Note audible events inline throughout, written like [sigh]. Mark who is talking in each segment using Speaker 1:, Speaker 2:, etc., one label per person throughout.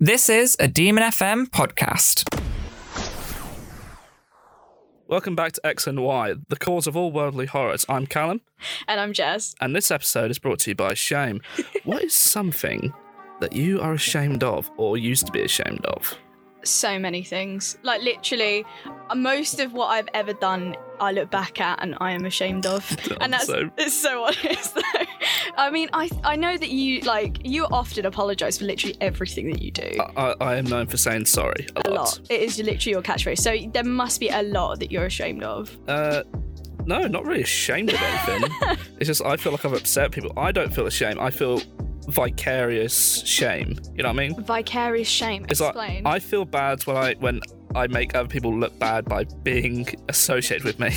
Speaker 1: This is a Demon FM podcast.
Speaker 2: Welcome back to X and Y, the cause of all worldly horrors. I'm Callum,
Speaker 3: And I'm Jazz.
Speaker 2: and this episode is brought to you by
Speaker 3: [laughs]
Speaker 2: Shame. what is something that you are ashamed of or used to be ashamed of?
Speaker 3: So many things. Like, literally, uh, most of what I've ever done, I look back at and I am ashamed
Speaker 2: [laughs]
Speaker 3: of.
Speaker 2: I'm
Speaker 3: and that's
Speaker 2: so-
Speaker 3: it's [laughs] so honest, though. I mean, I, I know that you, like, you often apologize for literally everything that you do.
Speaker 2: I, I am known for saying sorry a,
Speaker 3: a lot. It is literally your catchphrase. So there must be a lot that you're ashamed of.
Speaker 2: Uh, no, not really ashamed of
Speaker 3: [laughs]
Speaker 2: anything. it's just I feel like I've upset people. I don't feel ashamed. I feel vicarious shame. You know what I mean?
Speaker 3: Vicarious shame.
Speaker 2: It's
Speaker 3: Explain.
Speaker 2: like I feel bad when I when I make other people look bad by being associated with me,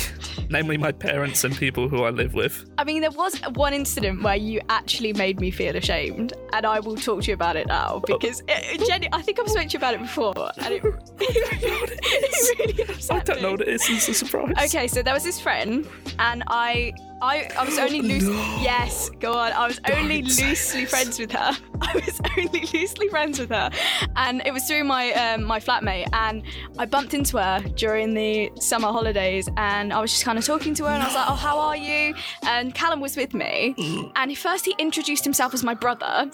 Speaker 2: [laughs] namely my parents and people who I live with.
Speaker 3: I mean, there was one incident where you actually made me feel ashamed, and I will talk to you about it
Speaker 2: Oh.
Speaker 3: now because it, Jenny, I think I've spoken to you about it before, and it, [laughs] it really upset
Speaker 2: [laughs] I don't know
Speaker 3: me.
Speaker 2: what it is. It's a surprise.
Speaker 3: Okay, so there was this friend, and I, I, I was only
Speaker 2: [gasps]
Speaker 3: loosely, yes, go on. I was only
Speaker 2: Don't say
Speaker 3: loosely
Speaker 2: this.
Speaker 3: friends with her. [laughs] I was only loosely friends with her, and it was through my um, my flatmate, and I bumped into her during the summer holidays, and I was just kind of talking to her, and I was like, oh, how are you? And Callum was with me,
Speaker 2: Mm.
Speaker 3: and he- first he introduced himself as my brother.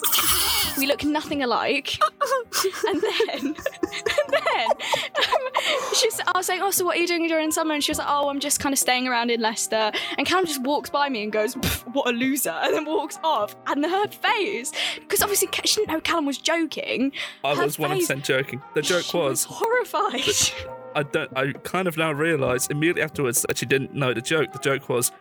Speaker 3: We look nothing alike. and then, and then [laughs] um, she's, I was like, oh, so what are you doing during summer? And she was like, oh, I'm just kind of staying around in Leicester. And Callum just walks by me and goes, "Pff, what a loser. [laughs] And then walks off. And her face, because obviously Ca- she didn't know Callum was joking.
Speaker 2: I
Speaker 3: her
Speaker 2: was one
Speaker 3: face-
Speaker 2: percent joking. The joke
Speaker 3: she was
Speaker 2: was
Speaker 3: horrified.
Speaker 2: I don't. I kind of now realise immediately afterwards that she didn't know the joke. The joke was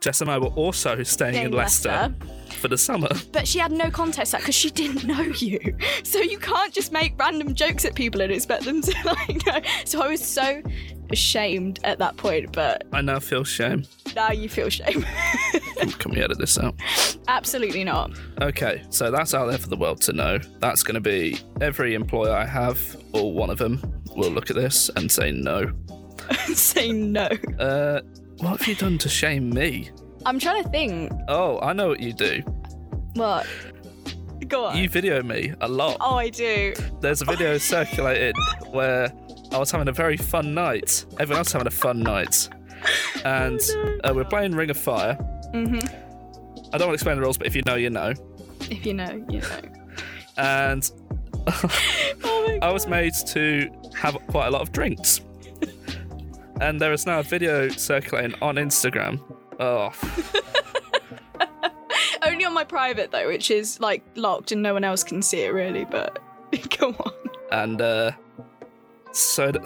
Speaker 2: Jess and I were also staying in
Speaker 3: In
Speaker 2: Leicester, for the summer.
Speaker 3: [laughs] but she had no context because she didn't know you. [laughs] So you can't just make random jokes at people and expect them to [laughs] like know. So I was so ashamed at that point, but
Speaker 2: I now feel [laughs] shame.
Speaker 3: now you feel shame. [laughs]
Speaker 2: Can we edit this out?
Speaker 3: Absolutely not. [laughs]
Speaker 2: Okay, so that's out there for the world to know. That's going to be every employer I have, or one of them, will look at this and say no.
Speaker 3: Say no.
Speaker 2: Uh, what have you done to shame me?
Speaker 3: I'm trying to think.
Speaker 2: Oh, I know what you do.
Speaker 3: What? Go on.
Speaker 2: You video me a lot.
Speaker 3: oh, I do.
Speaker 2: There's a video circulating where I was having a very fun night. Everyone else having a fun night, and uh, we're playing Ring of Fire.
Speaker 3: hmm
Speaker 2: I don't want to explain the rules, but if you know, you know.
Speaker 3: If you know, you know.
Speaker 2: And
Speaker 3: Oh my
Speaker 2: I was made to have quite a lot of
Speaker 3: [laughs]
Speaker 2: drinks. and there is now a video circulating on Instagram. Oh,
Speaker 3: Only on my private though, which is like locked and no one else can see it really. But [laughs] go on.
Speaker 2: and uh, so that,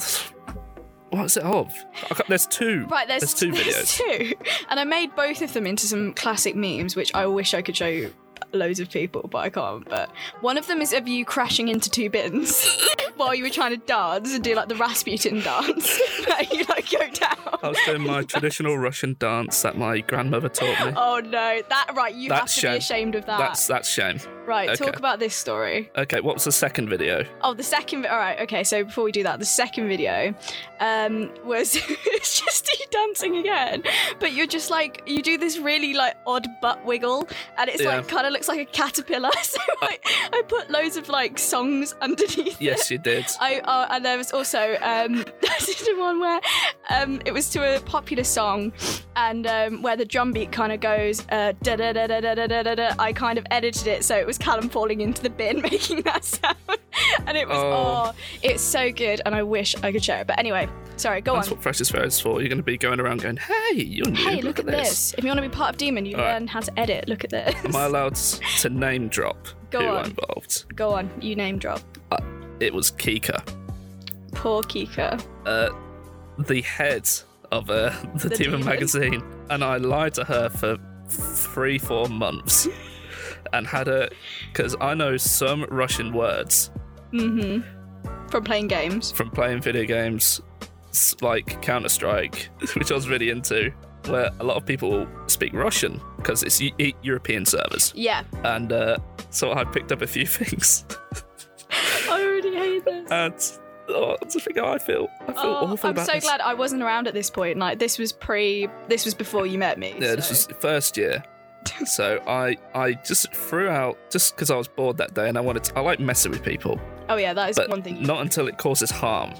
Speaker 2: what's it of? I can't- there's two.
Speaker 3: Right, there's,
Speaker 2: There's two
Speaker 3: there's [laughs] two. and I made both of them into some classic memes, which I wish I could show you loads of people, but I can't. But one of them is of you crashing into two bins [laughs] while you were trying to dance and do like the Rasputin dance. [laughs] and you like go down.
Speaker 2: I was doing
Speaker 3: [laughs]
Speaker 2: my traditional Russian dance that my grandmother taught me.
Speaker 3: Oh no, that right, you
Speaker 2: That's
Speaker 3: have to
Speaker 2: shame.
Speaker 3: be ashamed of that.
Speaker 2: That's that's shame.
Speaker 3: right,
Speaker 2: okay.
Speaker 3: talk about this story.
Speaker 2: Okay, what was the second video?
Speaker 3: Oh, the second. All right, okay. So before we do that, the second video um, was [laughs] it's just you dancing again, but you're just like you do this really like odd butt wiggle, and it's like kind of looks like a caterpillar. [laughs] So like, I put loads of like songs underneath. it.
Speaker 2: Yes, you
Speaker 3: [laughs]
Speaker 2: did.
Speaker 3: I uh, and there was also um, [laughs] I did one where um, it was to a popular song, and um, where the drum beat kind of goes uh, da da da da da da da da da. I kind of edited it so it was Callum falling into the bin [laughs] making that sound, and it was
Speaker 2: Oh.
Speaker 3: oh, it's so good, and I wish I could share it. But anyway, sorry, go
Speaker 2: That's
Speaker 3: on.
Speaker 2: what Fresh is Fair is for. You're going to be going around going, hey, you're new.
Speaker 3: Hey, look at this. If you want to be part of Demon, you
Speaker 2: All right.
Speaker 3: learn how to edit. Look at this.
Speaker 2: Am I allowed to name drop
Speaker 3: Go
Speaker 2: who
Speaker 3: on.
Speaker 2: I involved?
Speaker 3: [laughs] Go on, you name drop.
Speaker 2: It was Kika.
Speaker 3: Poor Kika.
Speaker 2: uh, the head of uh, [laughs] the,
Speaker 3: The
Speaker 2: Demon,
Speaker 3: Demon.
Speaker 2: magazine, and I lied to her for three, four
Speaker 3: [laughs]
Speaker 2: months, and had her because I know some Russian words
Speaker 3: Mm-hmm. From playing games.
Speaker 2: from playing video games s- like Counter Strike, [laughs] which I was really into, where a lot of people speak Russian because it's E- E- European servers,
Speaker 3: Yeah.
Speaker 2: and uh, so I picked up a few [laughs] things,
Speaker 3: I already hate this.
Speaker 2: and oh, that's the thing how I feel. I feel
Speaker 3: Oh,
Speaker 2: awful
Speaker 3: I'm
Speaker 2: about
Speaker 3: so
Speaker 2: this.
Speaker 3: glad I wasn't around at this point. Like this was pre, this was before you met me.
Speaker 2: Yeah, this
Speaker 3: so-
Speaker 2: was first year. So I I just threw out just because I was bored that day and I wanted to, I like messing with people.
Speaker 3: Oh yeah, that is
Speaker 2: but
Speaker 3: one thing.
Speaker 2: not until it causes harm.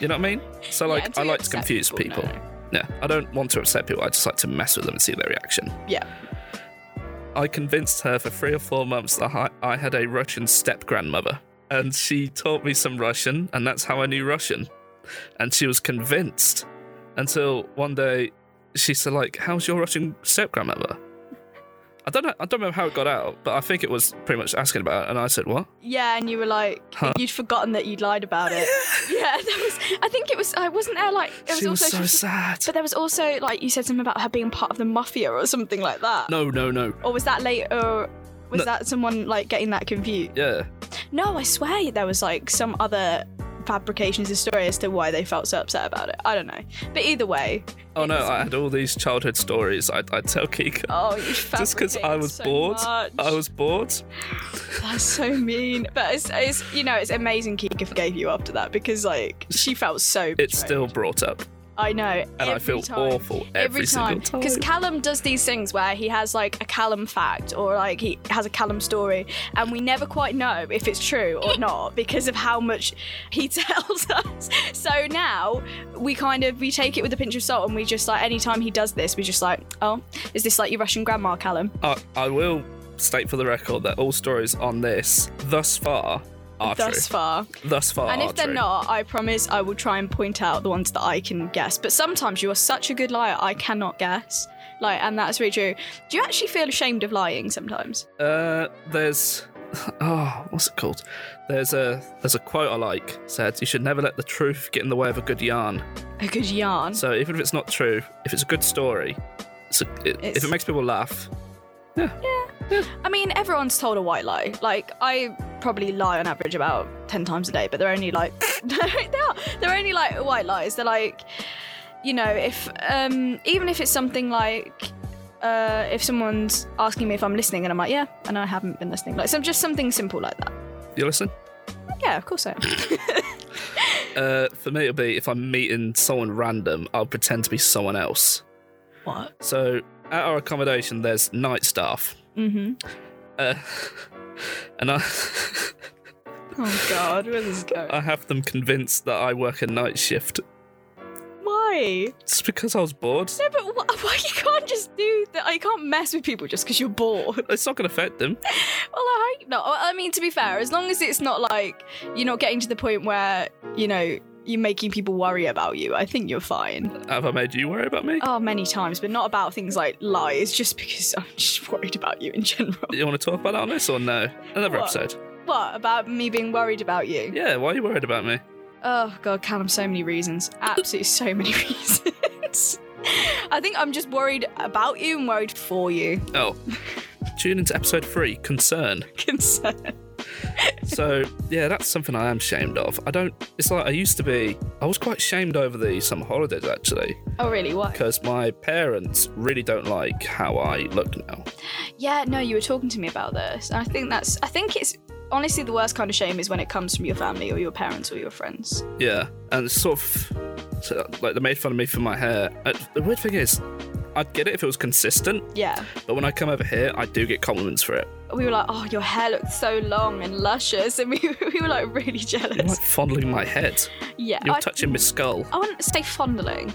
Speaker 2: You know what I mean? So
Speaker 3: Yeah,
Speaker 2: like, I
Speaker 3: until you
Speaker 2: like to
Speaker 3: upset
Speaker 2: confuse
Speaker 3: people,
Speaker 2: people.
Speaker 3: no.
Speaker 2: Yeah, I don't want to upset people. I just like to mess with them and see their reaction.
Speaker 3: Yeah.
Speaker 2: I convinced her for three or four months that I, I had a Russian step grandmother, and she taught me some Russian, and that's how I knew Russian. And she was convinced until one day she said, "Like, how's your Russian step grandmother?" I don't know. I don't remember how it got out, but I think it was pretty much asking about it, and I said, "What?"
Speaker 3: Yeah, and you were like,
Speaker 2: Huh.
Speaker 3: you'd forgotten that you'd lied
Speaker 2: [laughs]
Speaker 3: about it. yeah, that was. I think it was. I wasn't there. Like it was
Speaker 2: she was
Speaker 3: also.
Speaker 2: so sad.
Speaker 3: but there was also like you said something about her being part of the mafia or something like that.
Speaker 2: No, no, no.
Speaker 3: Or was that later? Was
Speaker 2: No.
Speaker 3: that someone like getting that confused?
Speaker 2: Yeah,
Speaker 3: No, I swear there was like some other fabrications of story as to why they felt so upset about it. I don't know. But either way,
Speaker 2: Oh no,
Speaker 3: It's-
Speaker 2: I had all these childhood stories I'd, I'd tell Kiko.
Speaker 3: oh, you
Speaker 2: [laughs] Just because I
Speaker 3: fabricated
Speaker 2: was
Speaker 3: so
Speaker 2: bored.
Speaker 3: much.
Speaker 2: I was bored.
Speaker 3: That's so mean. But it's, it's you know it's amazing Kika forgave you after that because like she felt so. Betrayed.
Speaker 2: It's still brought up.
Speaker 3: I know. And
Speaker 2: And I feel awful every, single
Speaker 3: time,
Speaker 2: time.
Speaker 3: because Callum does these things where he has like a Callum fact or like he has a Callum story, and we never quite know if it's true
Speaker 2: [laughs]
Speaker 3: or not because of how much he [laughs] tells us. So now we kind of we take it with a pinch of salt, and we just like anytime he does this, we just like, oh, is this like your Russian grandma, Callum?
Speaker 2: I, I will state for the record that all stories on this thus far are
Speaker 3: Thus far,
Speaker 2: Ah, true. Thus far
Speaker 3: and
Speaker 2: are
Speaker 3: if they're
Speaker 2: true.
Speaker 3: not, I promise I will try and point out the ones that I can guess. But sometimes you are such a good liar, I cannot guess. Like, and that's really true. Do you actually feel ashamed of lying sometimes?
Speaker 2: Uh, there's [laughs] oh, what's it called? There's a there's a quote I like said you should never let the truth get in the way of a good yarn.
Speaker 3: A good yarn.
Speaker 2: So even if it's not true, if it's a good story, it's a, it,
Speaker 3: It's-
Speaker 2: if it makes people laugh,
Speaker 3: I mean, everyone's told a white lie. Like, I probably lie on average about 10 times a day, but they're only like, [laughs] they are. They're only like white lies. They're like, you know, if, um, even if it's something like, uh, if someone's asking me if I'm listening and I'm like, yeah, and I haven't been listening. Like, some just something simple like that.
Speaker 2: you listen.
Speaker 3: Yeah, of course I am.
Speaker 2: Uh, for me, it'll be if I'm meeting someone random, I'll pretend to be someone else.
Speaker 3: what?
Speaker 2: So at our accommodation, there's night staff,
Speaker 3: Mm-hmm.
Speaker 2: uh, [laughs] and I [laughs]
Speaker 3: Oh God, where's this going?
Speaker 2: I have them convinced that I work a night shift
Speaker 3: Why?
Speaker 2: just because I was bored.
Speaker 3: No, but wh- [laughs] why you can't just do that? You can't mess with people just because you're bored. [laughs]
Speaker 2: It's not going to affect them.
Speaker 3: Well, I hope not. Well, I mean, to be fair, as long as it's not like you're not getting to the point where you know you're making people worry about you, I think you're [laughs] fine.
Speaker 2: Have I made you worry about me?
Speaker 3: Oh, many times, but not about things like lies. Just because I'm just [laughs] worried about you in general.
Speaker 2: You want to talk about that on this or no? Another
Speaker 3: What?
Speaker 2: episode.
Speaker 3: What about me being worried about you?
Speaker 2: Yeah, why are you worried about me?
Speaker 3: Oh god, Callum, so many reasons. Absolutely so [laughs] many reasons. I think I'm just worried about you and worried for you. [laughs]
Speaker 2: Oh, tune into episode three, concern.
Speaker 3: Concern.
Speaker 2: So yeah, that's something I am ashamed of. I don't. It's like I used to be. I was quite shamed over the summer holidays actually.
Speaker 3: Oh really? What?
Speaker 2: because my parents really don't like how I look now.
Speaker 3: Yeah, no, you were talking to me about this. And I think that's I think it's honestly the worst kind of shame is when it comes from your family or your parents or your friends.
Speaker 2: Yeah, and it's sort of so, like they made fun of me for my hair. Uh, the weird thing is, I'd get it if it was consistent,
Speaker 3: Yeah.
Speaker 2: but when I come over here, I do get compliments for it.
Speaker 3: We were like, oh, your hair looked so long and luscious, [laughs] and we, we were like really
Speaker 2: You're like
Speaker 3: jealous.
Speaker 2: fondling my head.
Speaker 3: Yeah,
Speaker 2: You're
Speaker 3: I,
Speaker 2: touching my skull.
Speaker 3: I wouldn't say fondling.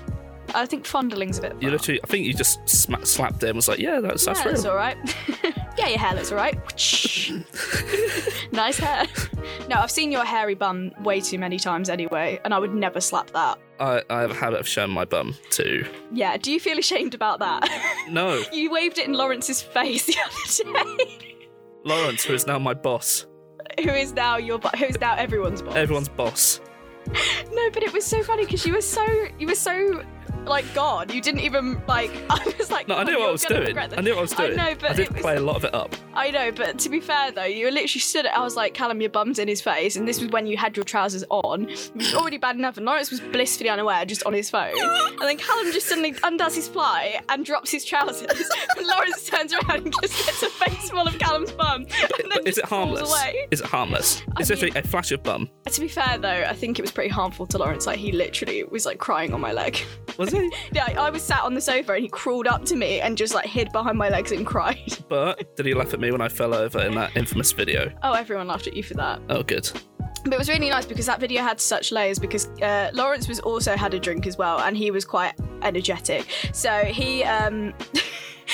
Speaker 3: I think fondling's a bit.
Speaker 2: You
Speaker 3: far.
Speaker 2: literally, I think you just sma slapped it and was like, yeah, that's
Speaker 3: Yeah,
Speaker 2: that's
Speaker 3: looks
Speaker 2: real.
Speaker 3: all right. [laughs] yeah, your hair looks all right. [laughs] nice hair. No, I've seen your hairy bum way too many times anyway, and I would never slap that.
Speaker 2: I, I have a habit of showing my bum too.
Speaker 3: Yeah, do you feel ashamed about that? [laughs]
Speaker 2: No,
Speaker 3: you waved it in Lawrence's face the other day. [laughs]
Speaker 2: Lawrence, who is now my boss,
Speaker 3: who is now your bu- who's now everyone's boss?
Speaker 2: everyone's boss.
Speaker 3: No, but it was so funny because you were so you were so like God. You didn't even like. [laughs] I was like,
Speaker 2: No, I
Speaker 3: "God,
Speaker 2: knew what
Speaker 3: Oh, you're
Speaker 2: I was
Speaker 3: gonna
Speaker 2: doing.
Speaker 3: regret
Speaker 2: I
Speaker 3: this."
Speaker 2: knew what I was
Speaker 3: I
Speaker 2: doing.
Speaker 3: know, but
Speaker 2: I did
Speaker 3: it was-
Speaker 2: play a lot of it
Speaker 3: [laughs]
Speaker 2: up.
Speaker 3: I know, but to be fair though, you literally stood it. I was like, Callum, your bum's in his face, and this was when you had your trousers on. It was already bad enough, and Lawrence was blissfully unaware, just on his phone. And then Callum just suddenly undoes his fly and drops his trousers, [laughs] and Lawrence turns around and just gets a face full of Callum's bum. And then
Speaker 2: But is it
Speaker 3: just falls
Speaker 2: harmless?
Speaker 3: Away.
Speaker 2: Is it harmless?
Speaker 3: [laughs] I
Speaker 2: It's
Speaker 3: mean-
Speaker 2: literally a flash of bum.
Speaker 3: To be fair though, I think it was pretty harmful to Lawrence. Like he literally was like crying on my leg. [laughs]
Speaker 2: Was it?
Speaker 3: Yeah, I I was sat on the sofa and he crawled up to me and just like hid behind my legs and cried. [laughs]
Speaker 2: But did he laugh at me when I fell over in that infamous video?
Speaker 3: Oh, everyone laughed at you for that.
Speaker 2: Oh, good.
Speaker 3: But it was really nice because that video had such layers because uh, Lawrence was also had a drink as well and he was quite energetic. So he um [laughs]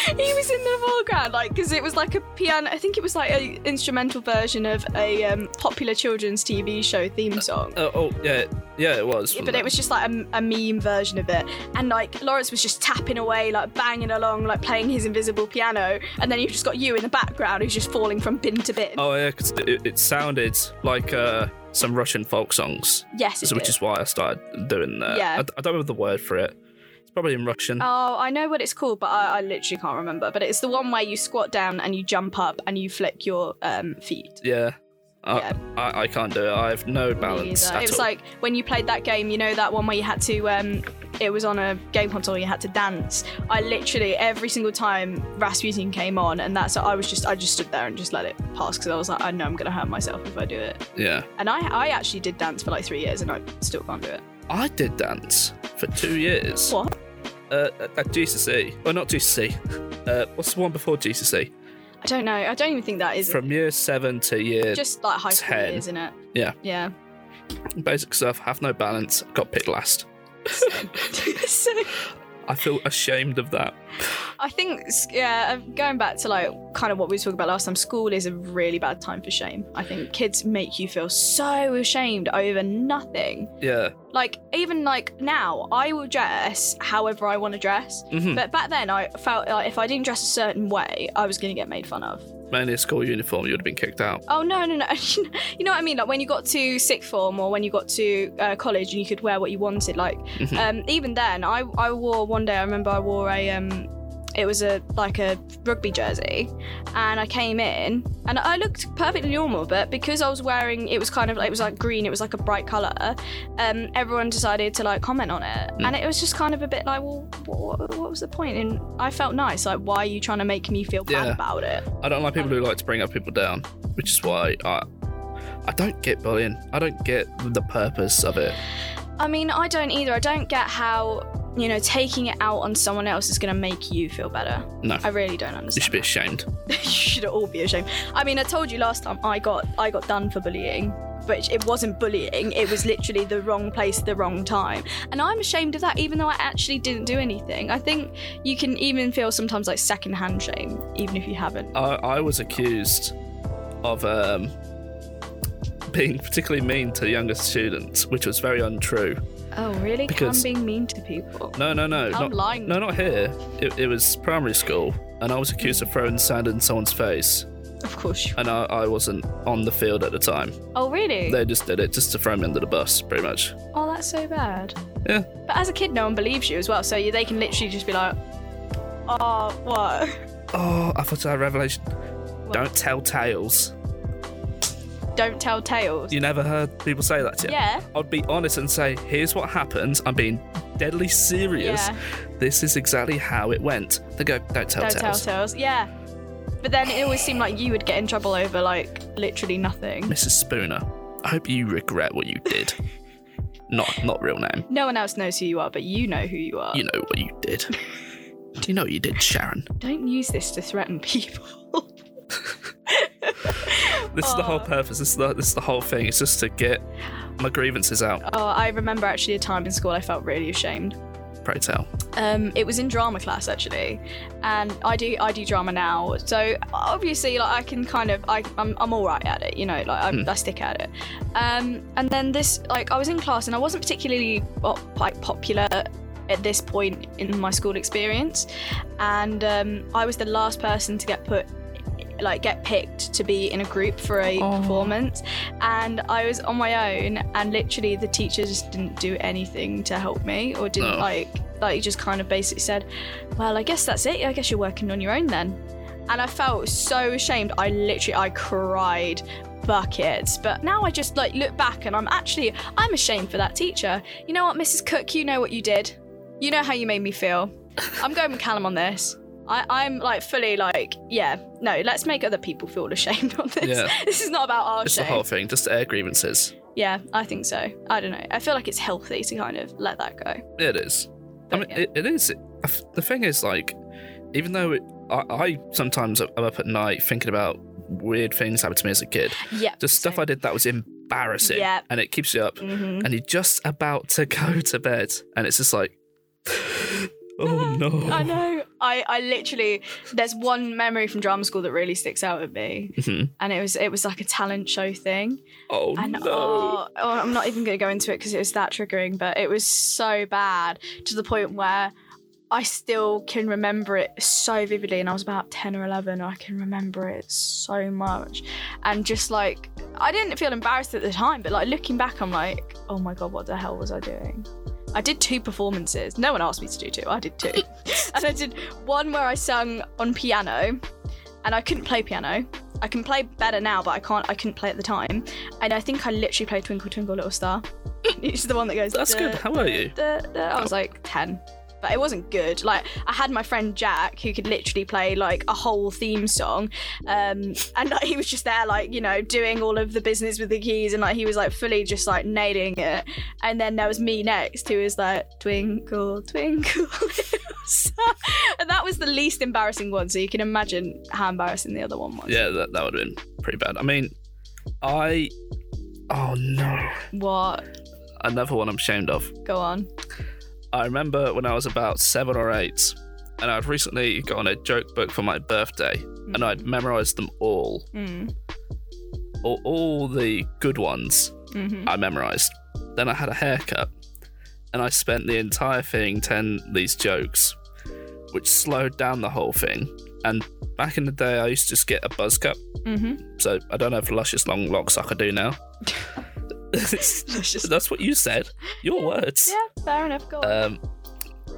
Speaker 3: he was in the foreground like because it was like a piano. I think it was like a instrumental version of a um, popular children's TV show theme song.
Speaker 2: Oh, oh yeah, yeah, it was.
Speaker 3: Yeah,
Speaker 2: wasn't
Speaker 3: but it was just like a, a meme version of it. And like Lawrence was just tapping away, like banging along, like playing his invisible piano. And then you've just got you in the background who's just falling from bin to bin.
Speaker 2: Oh yeah, 'cause it, it sounded like uh, some Russian folk songs,
Speaker 3: yes, it
Speaker 2: so, which
Speaker 3: did.
Speaker 2: is why I started doing that.
Speaker 3: Yeah.
Speaker 2: I, d- I don't remember the word for it. It's probably in Russian.
Speaker 3: Oh, I know what it's called, but I, I literally can't remember. But it's the one where you squat down and you jump up and you flick your um, feet.
Speaker 2: yeah. I,
Speaker 3: Yeah.
Speaker 2: I, I can't do it. I have no balance
Speaker 3: Either.
Speaker 2: at
Speaker 3: It was
Speaker 2: all.
Speaker 3: like when you played that game, you know that one where you had to. Um, it was on a game console. You had to dance. I literally every single time Rasputin came on, and that's I was just I just stood there and just let it pass because I was like I know I'm gonna hurt myself if I do it.
Speaker 2: yeah.
Speaker 3: And I I actually did dance for like three years, and I still can't do it.
Speaker 2: I did dance for two years.
Speaker 3: What?
Speaker 2: Uh, at, at GCC. Well, Oh, not GCC. Uh, what's the one before GCC?
Speaker 3: I don't know. I don't even think that is
Speaker 2: From year seven to year
Speaker 3: just like high school
Speaker 2: 10.
Speaker 3: years, isn't it?
Speaker 2: Yeah.
Speaker 3: Yeah. [laughs]
Speaker 2: basic stuff, have no balance, got picked last.
Speaker 3: so
Speaker 2: I feel ashamed of that.
Speaker 3: I think, s- yeah, uh, going back to like kind of what we were talking about last time, school is a really bad time for shame. I think kids make you feel so ashamed over nothing.
Speaker 2: Yeah.
Speaker 3: Like, even like now, I will dress however I want to dress.
Speaker 2: hmm
Speaker 3: But back then, I felt like if I didn't dress a certain way, I was going to get made fun of.
Speaker 2: Mainly a school uniform, you would have been kicked out.
Speaker 3: Oh, no, no, [laughs] no. you know what I mean? Like, when you got to sixth form or when you got to uh, college and you could wear what you wanted, like,
Speaker 2: Mhm.
Speaker 3: um, even then, I, I wore one day. I remember I wore a um, it was a like a rugby jersey, and I came in and I looked perfectly normal, but because I was wearing it was kind of like it was like green, it was like a bright color. Um, everyone decided to like comment on it, and it was just kind of a bit like, well, what, what was the point? And I felt nice. Like, why are you trying to make me feel bad
Speaker 2: Yeah.
Speaker 3: about it?
Speaker 2: I don't like people who like to bring up people down, which is why I I don't get bullying. I don't get the purpose of it.
Speaker 3: I mean, I don't either. I don't get how. You know, taking it out on someone else is going to make you feel better.
Speaker 2: No.
Speaker 3: I really don't understand.
Speaker 2: You should be ashamed.
Speaker 3: [laughs] you should all be ashamed. I mean, I told you last time I got I got done for bullying, but it wasn't bullying. It was literally the wrong place, the wrong time, and I'm ashamed of that. Even though I actually didn't do anything, I think you can even feel sometimes like secondhand shame, even if you haven't.
Speaker 2: I, I was accused of um, being particularly mean to younger students, which was very untrue.
Speaker 3: Oh, really?
Speaker 2: Because-
Speaker 3: I'm being mean to people.
Speaker 2: No, no, no.
Speaker 3: I'm
Speaker 2: not,
Speaker 3: lying.
Speaker 2: No, not here. It, it was primary school, and I was accused of throwing sand in someone's face,
Speaker 3: Of course. You...
Speaker 2: and I, I wasn't on the field at the time.
Speaker 3: Oh, really?
Speaker 2: They just did it just to throw me under the bus, pretty much.
Speaker 3: Oh, that's so bad.
Speaker 2: Yeah.
Speaker 3: But as a kid, no one believes you as well, so you, they can literally just be like, "Oh, what?" [laughs]
Speaker 2: Oh, I thought I had a revelation. Don't tell tales.
Speaker 3: Don't tell tales.
Speaker 2: You never heard people say that to you?
Speaker 3: yeah.
Speaker 2: I'd be honest and say, here's what happens. I'm being deadly serious.
Speaker 3: Yeah.
Speaker 2: This is exactly how it went. They go, don't tell
Speaker 3: Don't tell
Speaker 2: tales.
Speaker 3: tales. Yeah. But then it always seemed like you would get in trouble over like literally nothing.
Speaker 2: Mrs. Spooner, I hope you regret what you did. not not real name.
Speaker 3: No one else knows who you are, but you know who you are.
Speaker 2: You know what you did. Do you know what you did, Sharon?
Speaker 3: Don't use this to threaten [laughs] people.
Speaker 2: This is the whole
Speaker 3: Aw.
Speaker 2: purpose. This is the, this is the whole thing. It's just to get my grievances out.
Speaker 3: oh, I remember actually a time in school I felt really ashamed.
Speaker 2: Pray tell.
Speaker 3: Um, it was in drama class actually, and I do I do drama now. So obviously, like I can kind of I I'm, I'm all right at it, you know, like I,
Speaker 2: Hmm.
Speaker 3: I stick at it. Um, and then this like I was in class and I wasn't particularly pop, like popular at this point in my school experience, and um, I was the last person to get put like get picked to be in a group for a
Speaker 2: Oh.
Speaker 3: performance and I was on my own and literally the teacher just didn't do anything to help me or didn't
Speaker 2: Oh.
Speaker 3: like like just kind of basically said well I guess that's it I guess you're working on your own then and I felt so ashamed I literally I cried buckets but now I just like look back and I'm actually I'm ashamed for that teacher you know what Mrs Cook you know what you did you know how you made me feel I'm going with Callum on this I, I'm like fully like yeah no let's make other people feel ashamed [laughs] on this
Speaker 2: Yeah.
Speaker 3: this is not about our
Speaker 2: It's
Speaker 3: shame
Speaker 2: the whole thing. Just air grievances.
Speaker 3: yeah, I think so. I don't know. I feel like it's healthy to kind of let that go.
Speaker 2: It is. I
Speaker 3: But,
Speaker 2: mean,
Speaker 3: yeah.
Speaker 2: it, it is. I f- The thing is, like, even though it, I, I sometimes am up at night thinking about weird things happened to me as a kid,
Speaker 3: Yeah.
Speaker 2: just stuff I did that was in embarrassing.
Speaker 3: Yeah.
Speaker 2: And it keeps you up. [laughs]
Speaker 3: Mhm.
Speaker 2: And you're just about to go to bed. And it's just like, [gasps] oh no.
Speaker 3: [laughs] I know. I, I literally there's one memory from drama school that really sticks out at me,
Speaker 2: Mhm.
Speaker 3: and it was it was like a talent show thing.
Speaker 2: Oh
Speaker 3: And
Speaker 2: no.
Speaker 3: oh, oh, I'm not even going to go into it because it was that triggering, but it was so bad to the point where I still can remember it so vividly. And I was about 10 or 11, and I can remember it so much. And just like, I didn't feel embarrassed at the time, but like looking back, I'm like, oh my God, what the hell was I doing? I did two performances. No one asked me to do two. I did two. [laughs] and I did one where I sung on piano, and I couldn't play piano. I can play better now, but I can't. I couldn't play at the time, and I think I literally played "Twinkle Twinkle Little Star." [laughs] it's the one that goes.
Speaker 2: That's good. How are you?
Speaker 3: duh, duh. I was like ten, but it wasn't good. Like I had my friend Jack, who could literally play like a whole theme song, um, and like, he was just there, like you know, doing all of the business with the keys, and like he was like fully just like nailing it. And then there was me next, who was like "Twinkle Twinkle." [laughs] Little Star." and that was the least embarrassing one, so you can imagine how embarrassing the other one was.
Speaker 2: Yeah, that, that would have been pretty bad. I mean, I. Oh no.
Speaker 3: What?
Speaker 2: Another one I'm ashamed of.
Speaker 3: Go on.
Speaker 2: I remember when I was about seven or eight, and I'd recently gotten a joke book for my birthday, and I'd memorized them all.
Speaker 3: Mm.
Speaker 2: All, all the good ones
Speaker 3: hmm
Speaker 2: I memorized. Then I had a haircut, and I spent the entire thing 10 these jokes, which slowed down the whole thing. And back in the day, I used to just get a buzz cut,
Speaker 3: hmm [laughs]
Speaker 2: so I don't have luscious long locks like I do now. [laughs] That's what you said. Your words.
Speaker 3: Yeah, fair enough. Go on.
Speaker 2: Um,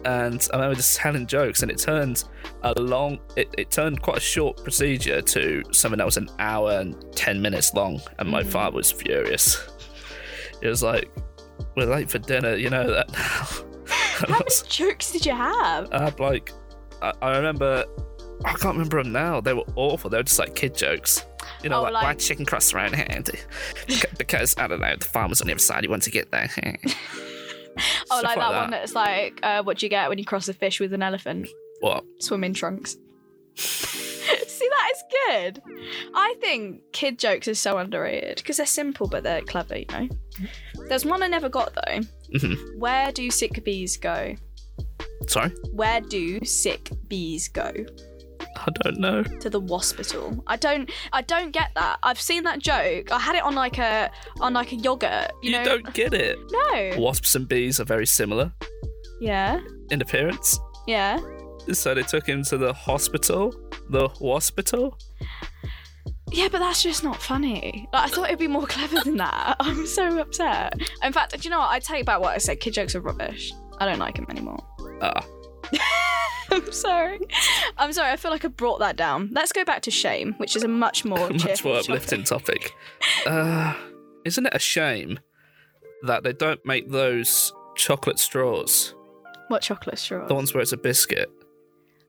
Speaker 2: and I remember just telling jokes, and it turned a long, it, it turned quite a short procedure to something that was an hour and 10 minutes long. And my
Speaker 3: Mhm.
Speaker 2: father was furious. It was like, we're late for dinner, you know that now. [laughs] And I
Speaker 3: How
Speaker 2: was-
Speaker 3: many jokes did you have?
Speaker 2: I had like, I, I remember, I can't remember them now. They were awful. They were just like kid jokes. You know,
Speaker 3: Oh,
Speaker 2: like, why
Speaker 3: like-
Speaker 2: chicken cross around here?
Speaker 3: [laughs]
Speaker 2: Andy? Because, I don't know, the farmer's on the other side. You want to get there.
Speaker 3: Oh,
Speaker 2: Stuff
Speaker 3: like that, one that's like, uh, what do you get when you cross a fish with an elephant?
Speaker 2: What?
Speaker 3: Swim in
Speaker 2: [laughs]
Speaker 3: trunks. See, that is good. I think kid jokes are so underrated because they're simple but they're clever, you know. There's one I never got though.
Speaker 2: Mhm.
Speaker 3: Where do sick bees go?
Speaker 2: Sorry?
Speaker 3: Where do sick bees go?
Speaker 2: I don't know.
Speaker 3: to the hospital. I don't I don't get that. I've seen that joke. I had it on like a on like a yogurt, you,
Speaker 2: You,
Speaker 3: know.
Speaker 2: don't get
Speaker 3: [laughs]
Speaker 2: it.
Speaker 3: No.
Speaker 2: Wasps and bees are very similar
Speaker 3: Yeah.
Speaker 2: in appearance.
Speaker 3: Yeah.
Speaker 2: So they took him to the hospital. The hospital?
Speaker 3: Yeah, but that's just not funny. Like, I thought it'd be more clever than that. [laughs] I'm so upset. In fact, do you know what? I take back what I said. Kid jokes are rubbish. I don't like them anymore.
Speaker 2: Ah.
Speaker 3: [laughs] I'm sorry. I'm sorry. I feel like I brought that down. Let's go back to shame, which is a much
Speaker 2: [laughs]
Speaker 3: more
Speaker 2: Much
Speaker 3: cheerful
Speaker 2: more
Speaker 3: topic. [laughs]
Speaker 2: uplifting topic. Uh, isn't it a shame that they don't make those chocolate straws?
Speaker 3: What chocolate straw?
Speaker 2: The ones where it's a biscuit,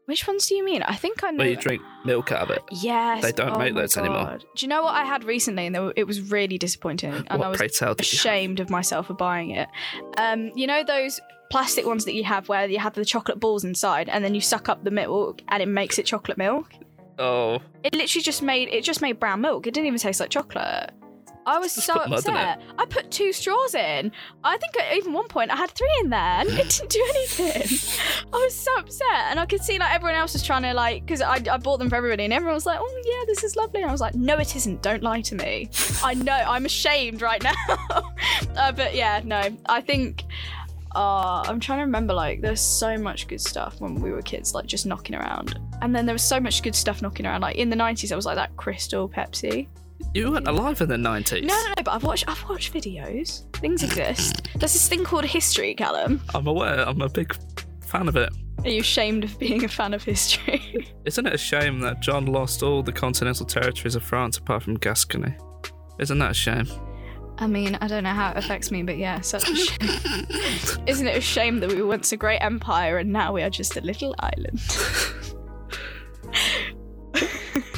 Speaker 3: Which ones do you mean? I think I know.
Speaker 2: where you drink milk out of it.
Speaker 3: Yes.
Speaker 2: They don't
Speaker 3: oh
Speaker 2: make
Speaker 3: my
Speaker 2: those anymore.
Speaker 3: God. Do you know what I had recently? And they were- it was
Speaker 2: [laughs]
Speaker 3: really disappointing. And I
Speaker 2: what
Speaker 3: Oh, was
Speaker 2: pray tell [laughs] did you have?
Speaker 3: ashamed of myself for buying it. Um, you know those plastic ones that you have where you have the chocolate balls inside and then you suck up the milk and it makes it chocolate milk?
Speaker 2: Oh,
Speaker 3: It literally just made it just made brown milk. It didn't even taste like chocolate. I was
Speaker 2: Just
Speaker 3: so
Speaker 2: put mud in it.
Speaker 3: upset. I put two straws in. I think at even one point I had three in there and it didn't do
Speaker 2: [laughs]
Speaker 3: anything. I was so upset. And I could see like everyone else was trying to like, because I, I bought them for everybody and everyone was like, oh yeah, this is lovely. And I was like, no, it isn't. Don't lie to me. I know. I'm ashamed right now. [laughs] uh, but yeah, no. I think. Uh, I'm trying to remember, like, there's so much good stuff when we were kids, like, just knocking around. And then there was so much good stuff knocking around. Like, in the 90s, I was like that Crystal Pepsi.
Speaker 2: you weren't alive in the 90s.
Speaker 3: No, no, no. But I've watched, I've watched videos. Things exist. There's this thing called history, Callum.
Speaker 2: I'm aware. I'm a big fan of it.
Speaker 3: Are you ashamed of being a fan of history? [laughs]
Speaker 2: Isn't it a shame that John lost all the continental territories of France apart from Gascony? Isn't that a shame? [laughs]
Speaker 3: I mean, I don't know how it affects me, but yeah, such a [laughs] shame. Isn't it a shame that we were once a great [laughs] empire and now we are just a little island?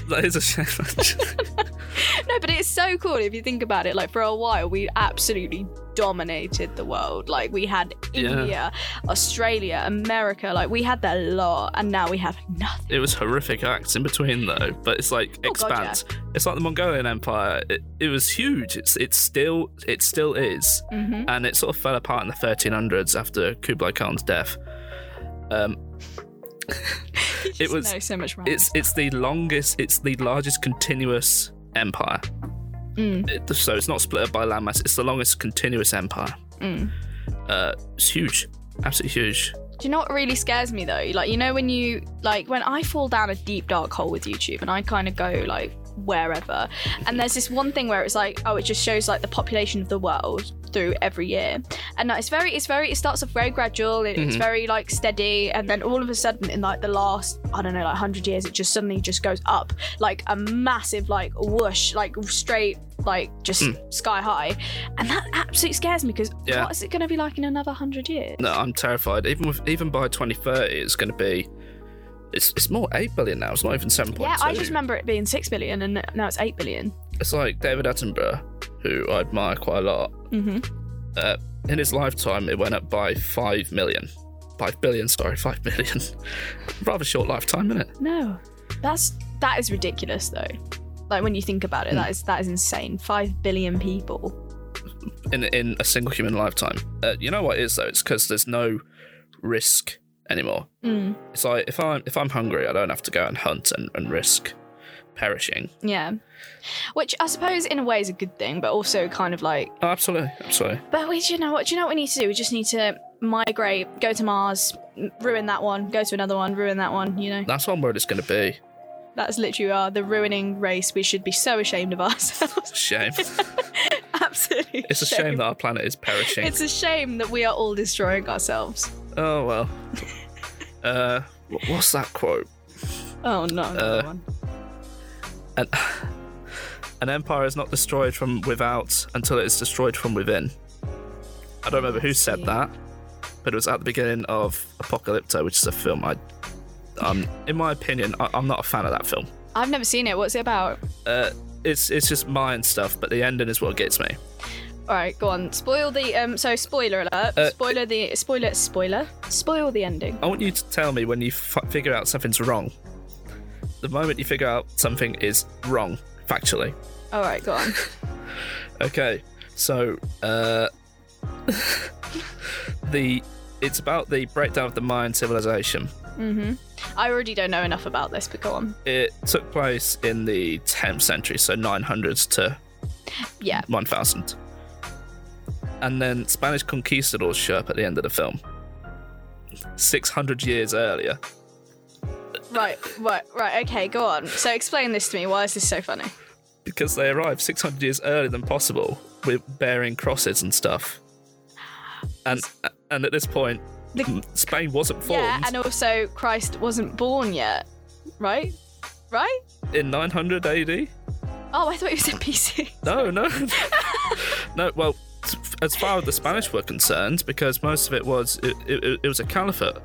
Speaker 2: that is a shame. [laughs] actually.
Speaker 3: No, but it's so cool if you think about it. Like for a while, we absolutely dominated the world. Like we had
Speaker 2: Yeah.
Speaker 3: India, Australia, America. Like we had that lot, and now we have nothing.
Speaker 2: it was horrific acts in between though, but it's like
Speaker 3: Oh, God, yeah.
Speaker 2: expanse. It's like the Mongolian Empire. It, it was huge. It's it's still it still is,
Speaker 3: [laughs] Mm-hmm.
Speaker 2: and it sort of fell apart in the 1300s after Kublai Khan's death. Um,
Speaker 3: It
Speaker 2: was-
Speaker 3: was so much wrong.
Speaker 2: it's it's the longest. It's the largest continuous empire.
Speaker 3: Mm,
Speaker 2: It- so it's not split up by landmass. It's the longest continuous empire.
Speaker 3: mm.
Speaker 2: Uh, it's huge, absolutely huge.
Speaker 3: Do you know what really scares me though? Like you know when you like when I fall down a deep dark hole with YouTube, and I kind of go like wherever, and there's this one thing where it's like oh it just shows like the population of the world through every year and like, it's very it's very it starts off very gradual it, it's
Speaker 2: Mhm.
Speaker 3: very like steady and then all of a sudden in like the last i don't know like 100 years it just suddenly just goes up like a massive like whoosh like straight like just sky high and that absolutely scares me because
Speaker 2: Yeah.
Speaker 3: what is it going to be like in another 100 years
Speaker 2: No, I'm terrified. Even with, even by 2030, it's going to be. It's, it's more eight billion now. It's not even seven point
Speaker 3: yeah
Speaker 2: two.
Speaker 3: i just remember it being 6 billion and now it's 8 billion
Speaker 2: It's like David Attenborough, who I admire quite a lot.
Speaker 3: mm-hmm.
Speaker 2: Uh, in his lifetime, it went up by five million, five billion. Sorry, five billion. [laughs] Rather short lifetime, isn't it?
Speaker 3: no that's that is ridiculous though like when you think about it
Speaker 2: Hmm.
Speaker 3: that is that is insane 5 billion people
Speaker 2: In in a single human lifetime. Uh, you know what it is though? It's because there's no risk anymore.
Speaker 3: Mm,
Speaker 2: It's like if I'm if I'm hungry, I don't have to go and hunt and, and risk perishing.
Speaker 3: yeah which i suppose in a way is a good thing but also kind of like
Speaker 2: Oh, absolutely, absolutely.
Speaker 3: But we, do you know what? Do you know what we need to do? We just need to migrate, go to Mars, m- ruin that one, go to another one, ruin that one. You know,
Speaker 2: That's one word it's going to be.
Speaker 3: that's literally our the ruining race. We should be so ashamed of ourselves. [laughs]
Speaker 2: It's a shame.
Speaker 3: Absolutely.
Speaker 2: It's a shame
Speaker 3: ashamed.
Speaker 2: that our planet is perishing.
Speaker 3: It's a shame that we are all destroying ourselves.
Speaker 2: Oh well.
Speaker 3: [laughs]
Speaker 2: uh, wh- what's that quote?
Speaker 3: Oh no!
Speaker 2: Uh,
Speaker 3: another one.
Speaker 2: An, an empire is not destroyed from without until it is destroyed from within. I don't remember who said
Speaker 3: see.
Speaker 2: that, but it was at the beginning of Apocalypto, which is a film I, um, in my opinion, I, I'm not a fan of that film.
Speaker 3: I've never seen it. What's it about?
Speaker 2: Uh, it's it's just mind stuff, but the ending is what gets me.
Speaker 3: All right, go on. Spoil the um. So spoiler alert.
Speaker 2: Uh,
Speaker 3: spoiler the spoiler spoiler. Spoil the ending.
Speaker 2: I want you to tell me when you f- figure out something's wrong. The moment you figure out something is wrong factually,
Speaker 3: All right,
Speaker 2: [laughs]
Speaker 3: go on.
Speaker 2: Okay, so uh, [laughs] the it's about the breakdown of the Mayan civilization.
Speaker 3: hmm I already don't know enough about this, but go on.
Speaker 2: It took place in the 10th century, so 900s to
Speaker 3: Yeah.
Speaker 2: 1000. And then Spanish conquistadors show up at the end of the film. 600 years earlier.
Speaker 3: Right, right, right. Okay, go on. So explain this to me. Why is this so funny?
Speaker 2: Because they arrived 600 years earlier than possible with bearing crosses and stuff. And, and at this point,
Speaker 3: The-
Speaker 2: Spain wasn't formed.
Speaker 3: Yeah, and also Christ wasn't born yet, right? Right?
Speaker 2: in 900 AD?
Speaker 3: Oh, I thought you [laughs] said PC.
Speaker 2: No, [laughs] no. no, well, s- as far as the Spanish were concerned, because most of it was, it, it, it was a caliphate.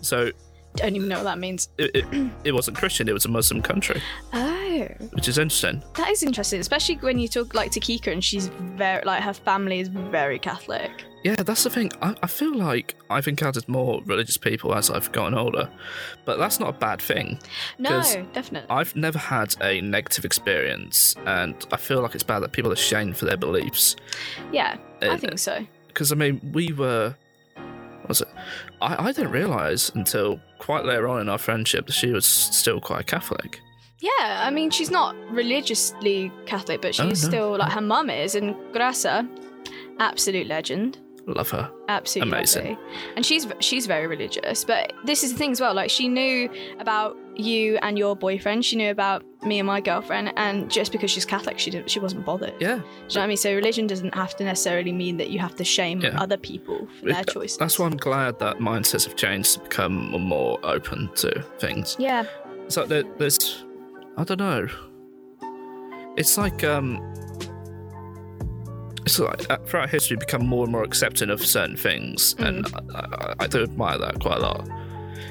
Speaker 2: So
Speaker 3: Don't even know what that means.
Speaker 2: it, it, it wasn't Christian, it was a Muslim country,
Speaker 3: Oh,
Speaker 2: which is interesting.
Speaker 3: that is interesting, especially when you talk like to Kika, and she's very like her family is very Catholic.
Speaker 2: Yeah, that's the thing. I, I feel like I've encountered more religious people as I've gotten older, but that's not a bad thing.
Speaker 3: No,
Speaker 2: 'Cause
Speaker 3: definitely.
Speaker 2: I've never had a negative experience, and I feel like it's bad that people are shamed for their beliefs.
Speaker 3: yeah, I
Speaker 2: Uh,
Speaker 3: think so.
Speaker 2: because I mean we were what was it I, I didn't realise until quite later on in our friendship that she was still quite Catholic.
Speaker 3: Yeah, I mean she's not religiously Catholic, but she's
Speaker 2: Oh, no.
Speaker 3: still like her mum is, and Grasa, absolute legend.
Speaker 2: Love her.
Speaker 3: absolutely
Speaker 2: Amazing.
Speaker 3: lovely. and she's she's very religious but this is the thing as well like she knew about you and your boyfriend she knew about me and my girlfriend and just because she's catholic she didn't she wasn't bothered
Speaker 2: Yeah.
Speaker 3: do you know what i mean so religion doesn't have to necessarily mean that you have to shame
Speaker 2: Yeah.
Speaker 3: other people for their choices
Speaker 2: That's why I'm glad that mindsets have changed to become more open to things.
Speaker 3: yeah
Speaker 2: It's like there, there's I don't know. It's like um it's like uh, throughout history become more and more accepting of certain things,
Speaker 3: Mm.
Speaker 2: and I, I, I do admire that quite a lot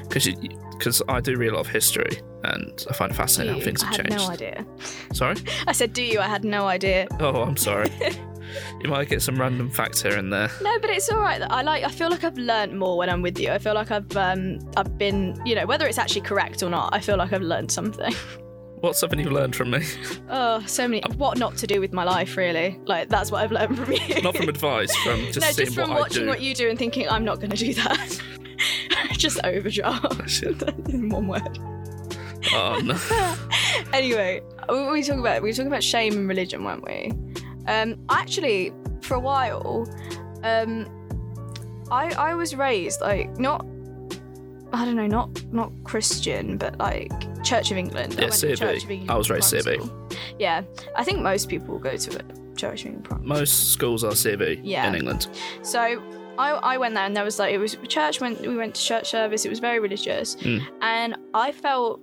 Speaker 2: because because I do read a lot of history, and I find it fascinating
Speaker 3: you?
Speaker 2: how things
Speaker 3: I
Speaker 2: have
Speaker 3: had
Speaker 2: changed.
Speaker 3: no idea.
Speaker 2: Sorry?
Speaker 3: I said, do you? I had no idea.
Speaker 2: Oh, I'm
Speaker 3: [laughs]
Speaker 2: sorry. you might get some random facts here and there.
Speaker 3: No, but it's all right. I like. I feel like I've learnt more when I'm with you. I feel like I've um I've been you know whether it's actually correct or not. I feel like I've learned something.
Speaker 2: What's something you've learned from
Speaker 3: [laughs]
Speaker 2: me?
Speaker 3: Oh, so many. What not to do with my life, really? Like that's what I've learned from you.
Speaker 2: Not from
Speaker 3: [laughs]
Speaker 2: advice, from just
Speaker 3: no,
Speaker 2: seeing
Speaker 3: just from
Speaker 2: what I
Speaker 3: watching
Speaker 2: do.
Speaker 3: what you do and thinking I'm not going to do that. [laughs] just [laughs]
Speaker 2: [laughs]
Speaker 3: overdraft
Speaker 2: Shit.
Speaker 3: in one word.
Speaker 2: Oh, no.
Speaker 3: [laughs] Anyway, what were we talking about? We were talking about shame and religion, weren't we? Um, actually, for a while, um, I I was raised like not, I don't know, not not Christian, but like Church of England.
Speaker 2: Yeah,
Speaker 3: I went to
Speaker 2: CB.
Speaker 3: Church of England
Speaker 2: I was raised
Speaker 3: primary
Speaker 2: CB.
Speaker 3: school. Yeah, I think most people go to a Church of England. primary
Speaker 2: Most schools are CV
Speaker 3: Yeah.
Speaker 2: in England.
Speaker 3: So I, I went there and there was like it was church when we went to church service, it was very religious.
Speaker 2: Mm.
Speaker 3: And I felt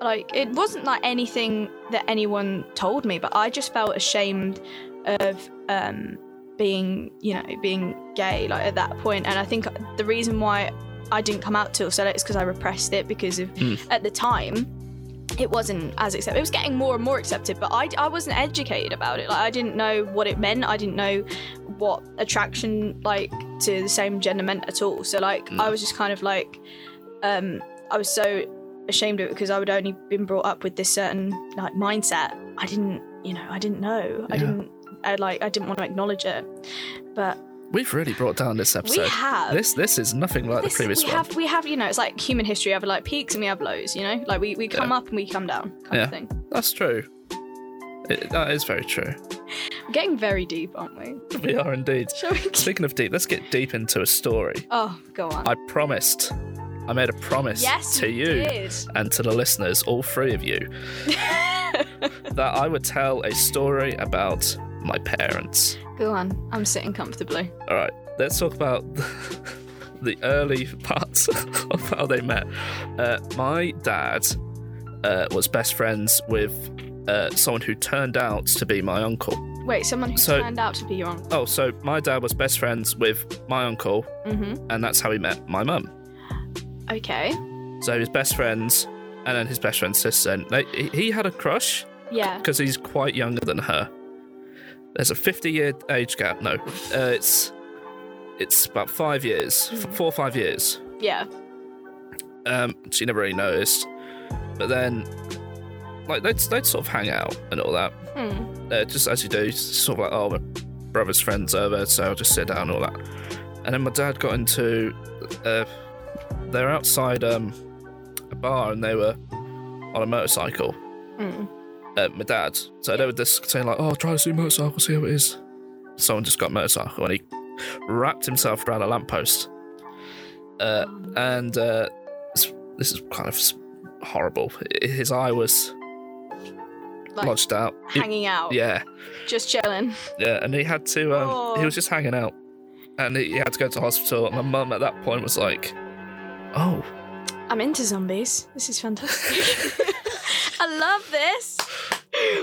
Speaker 3: like it wasn't like anything that anyone told me, but I just felt ashamed of um being, you know, being gay like at that point. And I think the reason why I didn't come out till so late is because I repressed it because of
Speaker 2: Mm.
Speaker 3: at the time it wasn't as accepted. It was getting more and more accepted, but I, I wasn't educated about it. Like I didn't know what it meant. I didn't know what attraction like to the same gender meant at all. So like
Speaker 2: Mm.
Speaker 3: I was just kind of like um I was so ashamed of it because I would only been brought up with this certain like mindset. I didn't you know, I didn't know. I
Speaker 2: Yeah.
Speaker 3: didn't I like I didn't want to acknowledge it. But
Speaker 2: We've really brought down this episode.
Speaker 3: we have
Speaker 2: This this is nothing like
Speaker 3: this-
Speaker 2: the previous
Speaker 3: we
Speaker 2: one.
Speaker 3: have we have you know it's like human history we have like peaks and we have lows you know like we, we come
Speaker 2: Yeah.
Speaker 3: up and we come down kind
Speaker 2: Yeah.
Speaker 3: of thing
Speaker 2: That's true. It, that is very true. [laughs]
Speaker 3: We're getting very deep aren't we [laughs]
Speaker 2: We are indeed.
Speaker 3: shall we
Speaker 2: Speaking of deep, let's get deep into a story.
Speaker 3: oh go on
Speaker 2: I promised. I made a promise
Speaker 3: yes
Speaker 2: to
Speaker 3: you
Speaker 2: you
Speaker 3: did.
Speaker 2: and to the listeners, all three
Speaker 3: [laughs]
Speaker 2: of you, that I would tell a story about my parents.
Speaker 3: go on I'm sitting comfortably
Speaker 2: All right, let's talk about [laughs] the early parts [laughs] of how they met. Uh, my dad uh, was best friends with uh, someone who turned out to be my uncle.
Speaker 3: wait someone who
Speaker 2: So-
Speaker 3: turned out to be your uncle
Speaker 2: Oh, so my dad was best friends with my uncle,
Speaker 3: hmm
Speaker 2: and that's how he met my mum.
Speaker 3: okay
Speaker 2: So he was best friends, and then his best friend's sister. And they, he- he had a crush
Speaker 3: yeah
Speaker 2: because he's quite younger than her. There's a 50 year age gap. No, uh, it's it's about five years, f-
Speaker 3: Mhm.
Speaker 2: four or five years.
Speaker 3: yeah
Speaker 2: Um, she never really noticed. But then, like they'd they'd sort of hang out and all that.
Speaker 3: Hmm.
Speaker 2: Uh, just as you do, sort of like oh, my brother's friends over, so I'll just sit down and all that. And then my dad got into, uh, they're outside um, a bar and they were on a motorcycle.
Speaker 3: Hmm.
Speaker 2: Uh, my dad, so they were just saying like, oh, try this new motorcycle, see how it is. Someone just got a motorcycle and he wrapped himself around a lamppost. Uh, and uh, s- this is kind of s- horrible. I- His eye was
Speaker 3: like
Speaker 2: lodged out. He-
Speaker 3: hanging out
Speaker 2: yeah,
Speaker 3: just chilling
Speaker 2: yeah, and he had to. Um, He
Speaker 3: Oh.
Speaker 2: was just hanging out, and he, he had to go to hospital. And my mum at that point was like, "Oh,
Speaker 3: I'm into zombies this is fantastic [laughs] I love this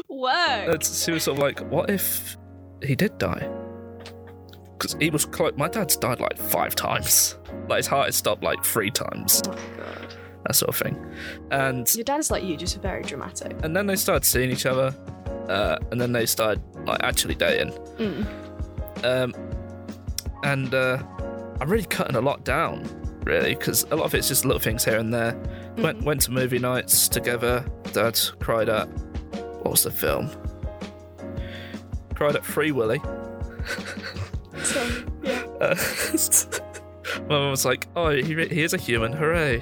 Speaker 3: whoa
Speaker 2: It's- she was sort of like, what if he did die? Because he was close. My dad's died like five times. Like his heart had stopped like three times,
Speaker 3: oh my god
Speaker 2: that sort of thing. And
Speaker 3: your dad's like you just very dramatic
Speaker 2: and then they started seeing each other, uh, and then they started like actually dating.
Speaker 3: Mm.
Speaker 2: Um, and uh, I'm really cutting a lot down, really, because a lot of it's just little things here and there. Went went to movie nights together. Dad cried at what was the film? Cried at Free Willy.
Speaker 3: So, yeah.
Speaker 2: Uh, [laughs] my mum was like, "Oh, he, re- he is a human! Hooray!"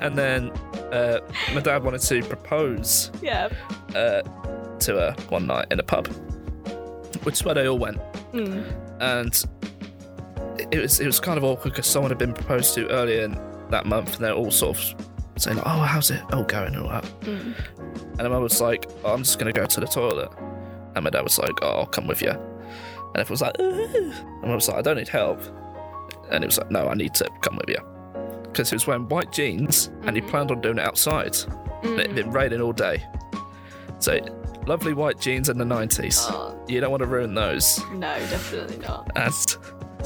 Speaker 2: And then uh, my dad wanted to propose
Speaker 3: Yeah.
Speaker 2: uh, to her one night in a pub, which is where they all went.
Speaker 3: Mm.
Speaker 2: and it was it was kind of awkward because someone had been proposed to earlier in that month, and they're all sort of saying, like, "Oh, how's it all going?" and all that.
Speaker 3: Mm.
Speaker 2: And then I was like, oh, "I'm just gonna go to the toilet," and my dad was like, "Oh, I'll come with you." And everyone was like, "Ooh," and I was like, "I don't need help," and he was like, "No, I need to come with you," because he was wearing white jeans and he
Speaker 3: Mhm.
Speaker 2: planned on doing it outside. And it had been raining all day, so lovely white jeans in the '90s.
Speaker 3: Oh,
Speaker 2: You don't want to ruin those.
Speaker 3: no, definitely not.
Speaker 2: And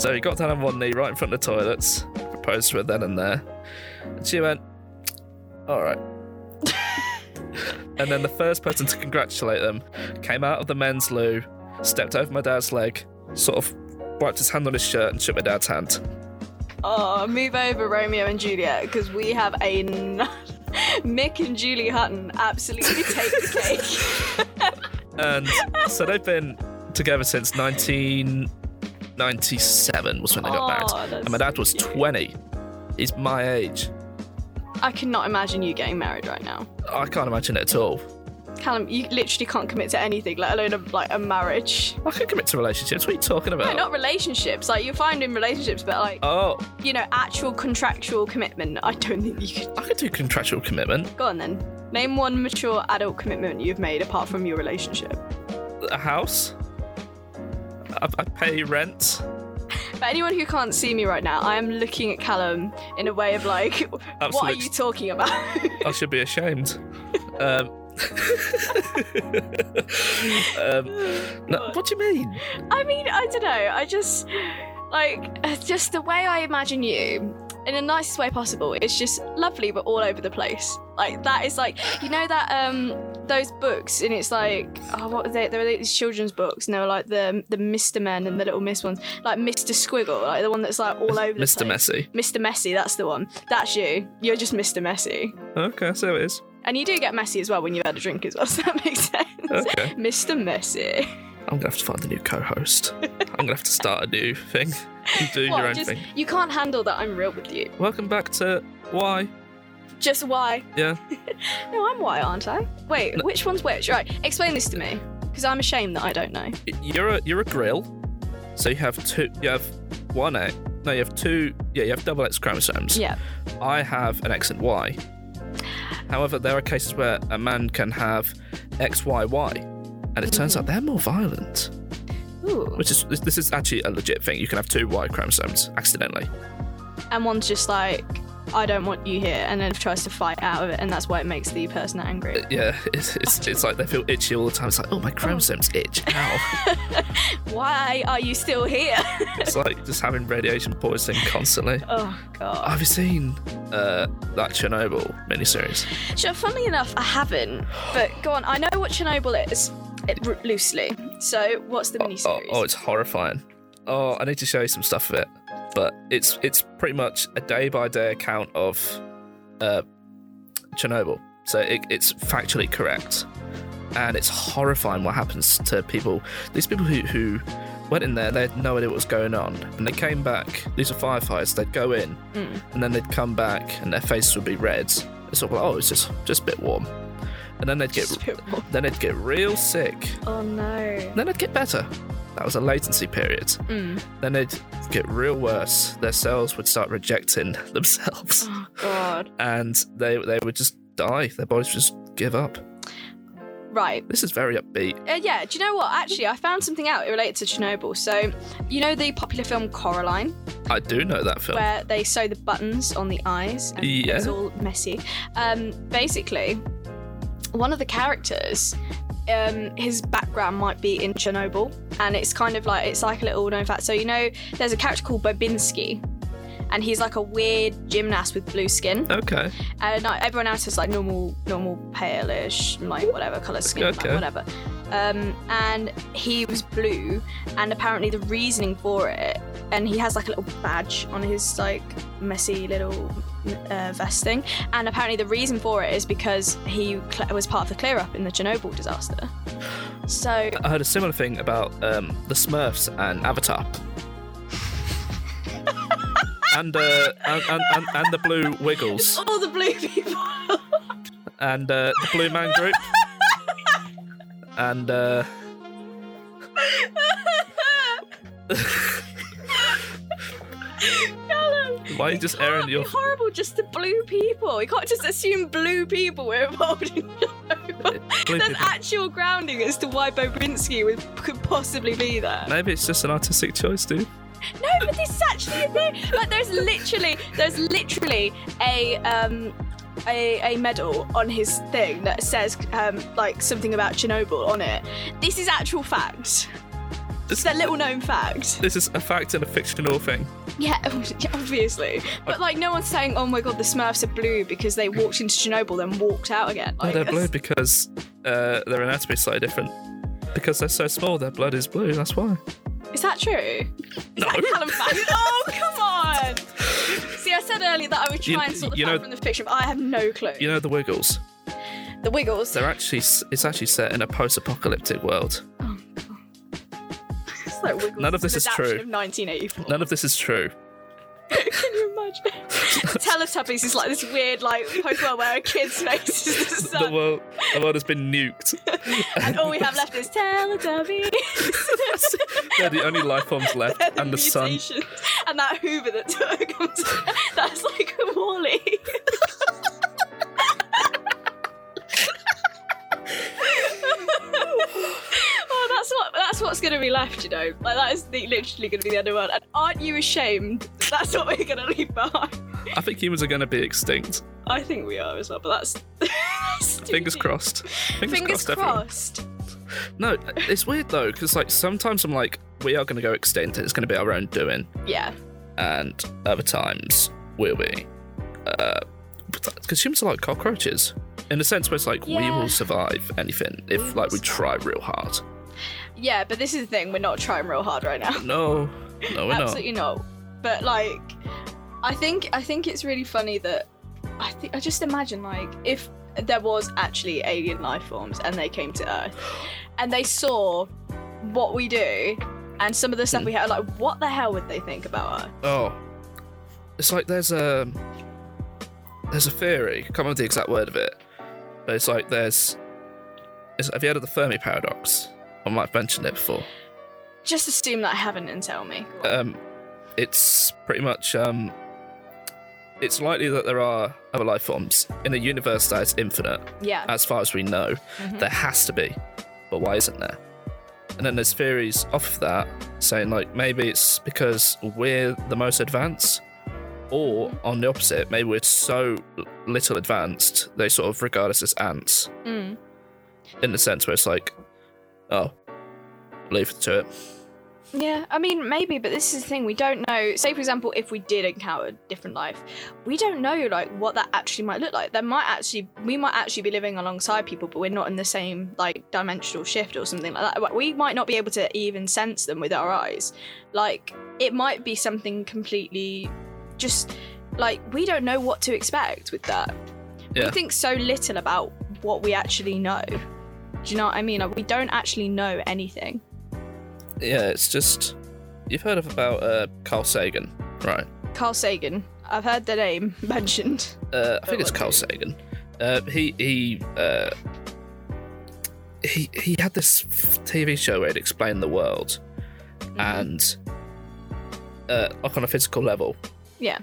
Speaker 2: so he got down on one knee right in front of the
Speaker 3: [laughs]
Speaker 2: toilets, proposed to her then and there. And she went, All right. And then the first person to congratulate them came out of the men's loo, stepped over my dad's leg, sort of wiped his hand on his shirt, and shook my dad's hand.
Speaker 3: Oh, move over Romeo and Juliet because we have a n- [laughs] Mick and Julie Hutton absolutely take the
Speaker 2: [laughs]
Speaker 3: cake.
Speaker 2: And so they've been together since 1997 was when they got
Speaker 3: Aw,
Speaker 2: married. And my
Speaker 3: that's
Speaker 2: dad was
Speaker 3: cute.
Speaker 2: 20. He's my age.
Speaker 3: I cannot imagine you getting married right now.
Speaker 2: I can't imagine it at all.
Speaker 3: Callum, you literally can't commit to anything, let alone a, like a marriage.
Speaker 2: I could commit to relationships. What are you talking
Speaker 3: No,
Speaker 2: about?
Speaker 3: not relationships. Like you're fine in relationships, but like
Speaker 2: oh,
Speaker 3: you know, actual contractual commitment. I don't think you could.
Speaker 2: I could do contractual commitment.
Speaker 3: Go on then. Name one mature adult commitment you've made apart from your relationship.
Speaker 2: A house. I, I pay rent.
Speaker 3: For anyone who can't see me right now, I am looking at Callum in a way of like, what are
Speaker 2: Absolute-
Speaker 3: you talking about?
Speaker 2: I should be
Speaker 3: [laughs]
Speaker 2: ashamed. Um, um, no, what do you mean?
Speaker 3: I mean, I don't know. I just like it's just the way I imagine you in the nicest way possible. It's just lovely, but all over the place. Like that is like you know that um those books and it's like oh what were they? There were these children's books and they were like the the Mister Men and the Little Miss ones, like Mister Squiggle, like the one that's like all over the
Speaker 2: Mr.
Speaker 3: place.
Speaker 2: Messy.
Speaker 3: Mr. Messy, that's the one. That's you. You're just Mr. Messy.
Speaker 2: Okay, so it is.
Speaker 3: And you do get messy as well when you've had a drink as well, [laughs] so that makes sense.
Speaker 2: Okay.
Speaker 3: Mr. Messy.
Speaker 2: I'm going to have to find a new co
Speaker 3: [laughs]
Speaker 2: host. I'm going to have to start a new thing. You do
Speaker 3: What,
Speaker 2: your own
Speaker 3: just-
Speaker 2: thing.
Speaker 3: You can't handle that I'm real with you.
Speaker 2: Welcome back to Why?
Speaker 3: Just why?
Speaker 2: Yeah.
Speaker 3: [laughs] No, I'm white, aren't I? Wait, which one's which? Right, explain this to me. Because I'm ashamed that I don't know.
Speaker 2: You're a, you're a grill. So you have two, you have one X. No, you have two, yeah, you have double X chromosomes.
Speaker 3: Yeah.
Speaker 2: I have an X and Y. However, there are cases where a man can have XYY, and it turns out they're more violent.
Speaker 3: Ooh.
Speaker 2: Which is this, this is actually a legit thing. You can have two Y chromosomes accidentally.
Speaker 3: And one's just like, I don't want you here, and then tries to fight out of it, and that's why it makes the person angry.
Speaker 2: Yeah, [laughs] it's it's, it's like they feel itchy all the time. It's like, oh, my chromosomes itch. Ow! Uh,
Speaker 3: Why are you still here?
Speaker 2: [laughs] it's like just having radiation poisoning constantly.
Speaker 3: oh, God.
Speaker 2: Have you seen uh, that Chernobyl miniseries?
Speaker 3: Sure, funnily enough, I haven't. But go on, I know what Chernobyl is, it, r- loosely. So, what's the miniseries?
Speaker 2: Oh,
Speaker 3: [laughs]
Speaker 2: oh, it's horrifying. Oh, I need to show you some stuff of it. But it's it's pretty much a day by day account of uh, Chernobyl. So it, it's factually correct, and it's horrifying what happens to people. These people who who went in there, they had no idea what was going on, and they came back. These are firefighters. They'd go in,
Speaker 3: Mm.
Speaker 2: and then they'd come back, and their faces would be red. It's sort of like, oh, it's just just a bit warm, and then they'd get then they'd get real sick,
Speaker 3: Oh, no.
Speaker 2: then it'd get better. That was a latency period.
Speaker 3: Mm.
Speaker 2: Then it'd get real worse. Their cells would start rejecting [laughs] themselves,
Speaker 3: Oh, God.
Speaker 2: and they they would just die. Their bodies would just give up.
Speaker 3: Right.
Speaker 2: This is very upbeat.
Speaker 3: Uh, yeah, do you know what? Actually, I found something out related to Chernobyl. So, you know the popular film Coraline,
Speaker 2: I do know that film.
Speaker 3: where they sew the buttons on the eyes and
Speaker 2: Oh. Yeah.
Speaker 3: it's all messy. Um, basically, one of the characters, um, his background might be in Chernobyl, and it's kind of like it's like a little known fact. So you know, there's a character called Babinski, and he's like a weird gymnast with blue skin.
Speaker 2: Okay.
Speaker 3: And like, Uh, everyone else is like normal, normal palish, like whatever color skin,
Speaker 2: Okay.
Speaker 3: like, whatever. Um, and he was blue, and apparently the reasoning for it, and he has like a little badge on his like messy little uh, vest thing, and apparently the reason for it is because he cl- was part of the clear up in the Chernobyl disaster. So
Speaker 2: I heard a similar thing about um, the Smurfs and Avatar. And, uh, and, and, and and the Blue Wiggles
Speaker 3: all the blue people. [laughs]
Speaker 2: and uh, the Blue Man Group and uh,
Speaker 3: Callum,
Speaker 2: why are you just airing
Speaker 3: can't [laughs]
Speaker 2: your
Speaker 3: be horrible just to blue people. You can't just assume blue people were involved in [laughs] Chernobyl.
Speaker 2: blue
Speaker 3: There's
Speaker 2: people?
Speaker 3: actual grounding as to why Bobrinski would, could possibly be there.
Speaker 2: Maybe it's just an artistic choice, dude.
Speaker 3: No, but this is actually a thing. Like, there's literally, there's literally a um, a, a medal on his thing that says um, like something about Chernobyl on it. This is actual fact. It's that little known fact.
Speaker 2: This is a fact and a fictional thing.
Speaker 3: Yeah, [laughs] obviously. But like, no one's saying, "Oh my god, the Smurfs are blue because they walked into Chernobyl then walked out again."
Speaker 2: No,
Speaker 3: Like,
Speaker 2: they're blue
Speaker 3: that's-
Speaker 2: because uh, their anatomy is slightly different. Because they're so small, their blood is blue. That's why.
Speaker 3: Is that true? Is
Speaker 2: No.
Speaker 3: that Callum fact? [laughs] Oh come on! See, I said earlier that I would
Speaker 2: You-
Speaker 3: try and sort the
Speaker 2: you
Speaker 3: fact
Speaker 2: know-
Speaker 3: from the fiction, but I have no clue.
Speaker 2: You know the Wiggles.
Speaker 3: the Wiggles.
Speaker 2: They're actually s- it's actually set in a post-apocalyptic world.
Speaker 3: It's like Wiggles
Speaker 2: None of this
Speaker 3: an
Speaker 2: is
Speaker 3: adaptation
Speaker 2: true.
Speaker 3: Of 1984.
Speaker 2: None of this is true.
Speaker 3: [laughs] Can you
Speaker 2: [laughs]
Speaker 3: imagine? Teletubbies is like this weird, like Pokemon where a kid's face is the sun,
Speaker 2: [laughs] The world the world has been
Speaker 3: [laughs]
Speaker 2: nuked.
Speaker 3: and all we have left is Teletubbies.
Speaker 2: they're the only life forms left,
Speaker 3: [laughs]
Speaker 2: and the sun.
Speaker 3: mutations. and that Hoover that took comes. [laughs] That's like a Wally. [laughs] oh, that's what that's what's gonna be left, you know. Like that is the, literally gonna be the underworld. And aren't you ashamed? [laughs] That's what we're gonna leave behind.
Speaker 2: I think humans are going to be extinct.
Speaker 3: I think we are as well, but that's. [laughs] that's
Speaker 2: Fingers
Speaker 3: stupid.
Speaker 2: crossed. Fingers,
Speaker 3: Fingers
Speaker 2: crossed. everyone.
Speaker 3: crossed.
Speaker 2: No, it's weird though, because like sometimes I'm like, we are going to go extinct. and It's going to be our own doing,
Speaker 3: Yeah.
Speaker 2: and other times will be. Because humans are like cockroaches in the sense where it's like we
Speaker 3: Yeah.
Speaker 2: will survive anything if like we try real hard.
Speaker 3: Yeah, but this is the thing, we're not trying real hard right now.
Speaker 2: No, no, we're not.
Speaker 3: Absolutely not. But like, I think I think it's really funny that I think I just imagine like if there was actually alien life forms and they came to Earth and they saw what we do and some of the stuff we have, like what the hell would they think about us?
Speaker 2: Oh, it's like there's a there's a theory. I can't remember the exact word of it, but it's like there's. It's, have you heard of the Fermi paradox? I might have mentioned it before.
Speaker 3: Just assume that I haven't and tell me.
Speaker 2: um, it's pretty much um, it's likely that there are other life forms in a universe that is infinite,
Speaker 3: Yeah.
Speaker 2: as far as we know. There has to be, but why isn't there? And then there's theories off of that saying like maybe it's because we're the most advanced, or on the opposite, maybe we're so little advanced they sort of regard us as ants
Speaker 3: Mm.
Speaker 2: in the sense where it's like, oh, leave it to it.
Speaker 3: Yeah, I mean, maybe, but this is the thing we don't know. Say, for example, if we did encounter different life, we don't know like what that actually might look like. There might actually we might actually be living alongside people, but we're not in the same like dimensional shift or something like that. Like, We might not be able to even sense them with our eyes. Like it might be something completely just like we don't know what to expect with that.
Speaker 2: Yeah.
Speaker 3: We think so little about what we actually know. Do you know what I mean? Like we don't actually know anything.
Speaker 2: yeah, it's just you've heard of about uh, Carl Sagan, right?
Speaker 3: Carl Sagan. I've heard the name [laughs] mentioned.
Speaker 2: Uh, I think it's
Speaker 3: like
Speaker 2: Carl Sagan. Uh, he he uh, he he had this f- TV show where it explained the world, and uh, like on a physical level,
Speaker 3: Yeah.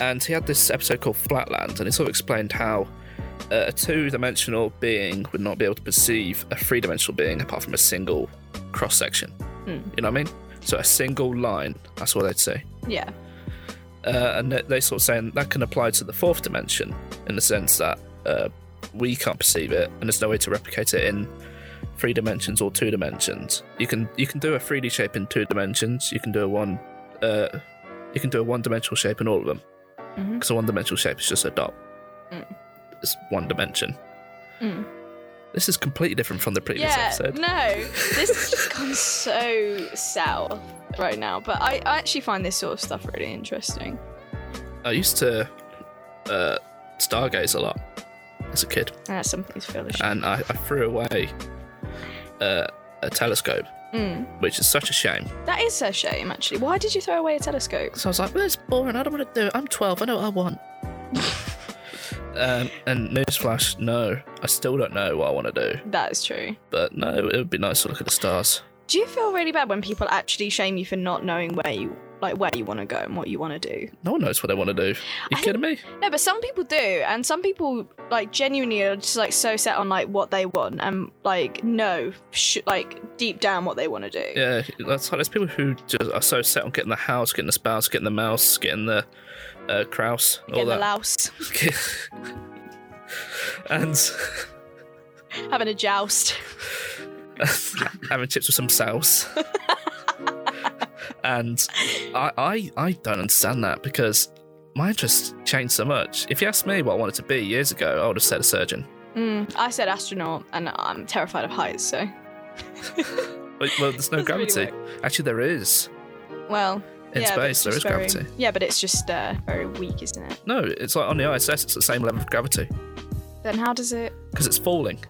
Speaker 2: and he had this episode called Flatland, and he sort of explained how uh, a two-dimensional being would not be able to perceive a three-dimensional being apart from a single cross-section. You know what I mean? So a single line. That's what they'd say.
Speaker 3: Yeah.
Speaker 2: uh, and they- they sort of saying that can apply to the fourth dimension in the sense that uh, we can't perceive it, and there's no way to replicate it in three dimensions or two dimensions. You can you can do a 3D shape in two dimensions. You can do a one uh, you can do a one dimensional shape in all of them because a one dimensional shape is just a dot. It's one dimension. This is completely different from the previous
Speaker 3: Yeah.
Speaker 2: episode.
Speaker 3: No. This has just gone so south right now. But I, I actually find this sort of stuff really interesting.
Speaker 2: I used to uh, stargaze a lot as a kid.
Speaker 3: And that's something to feel ashamed.
Speaker 2: and I, I threw away uh, a telescope, which is such a shame.
Speaker 3: Mm. That is a shame, actually. Why did you throw away a telescope?
Speaker 2: So I was like, well, it's boring. I don't want to do it. I'm 12. I know what I want. [laughs] um, and newsflash, no, I still don't know what I want to do.
Speaker 3: That is true.
Speaker 2: But no, it would be nice to look at the stars.
Speaker 3: Do you feel really bad when people actually shame you for not knowing where you like where you want to go and what you want to do?
Speaker 2: No one knows what they want to do. You
Speaker 3: I
Speaker 2: kidding me?
Speaker 3: No, but some people do, and some people like genuinely are just like so set on like what they want and like know sh- like deep down what they want to do.
Speaker 2: Yeah, that's like there's people who just are so set on getting the house, getting the spouse, getting the mouse, getting the uh, crouse, all
Speaker 3: Getting a
Speaker 2: that.
Speaker 3: louse, [laughs]
Speaker 2: [laughs] and
Speaker 3: having a joust.
Speaker 2: [laughs] having chips with some
Speaker 3: [laughs]
Speaker 2: sauce. and I, I I don't understand that because my interests changed so much. If you asked me what I wanted to be years ago, I would have said a surgeon.
Speaker 3: Mm, I said astronaut, and I'm terrified of heights, so.
Speaker 2: But, well, there's no
Speaker 3: [laughs] That's really
Speaker 2: gravity. Actually, there is
Speaker 3: Well,
Speaker 2: in
Speaker 3: yeah, but
Speaker 2: space.
Speaker 3: it's
Speaker 2: There is
Speaker 3: just very-
Speaker 2: gravity.
Speaker 3: Yeah, but it's just uh, very weak, isn't it?
Speaker 2: No, it's like on the ISS. It's the same level of gravity
Speaker 3: Then how does it? uh,
Speaker 2: because it's falling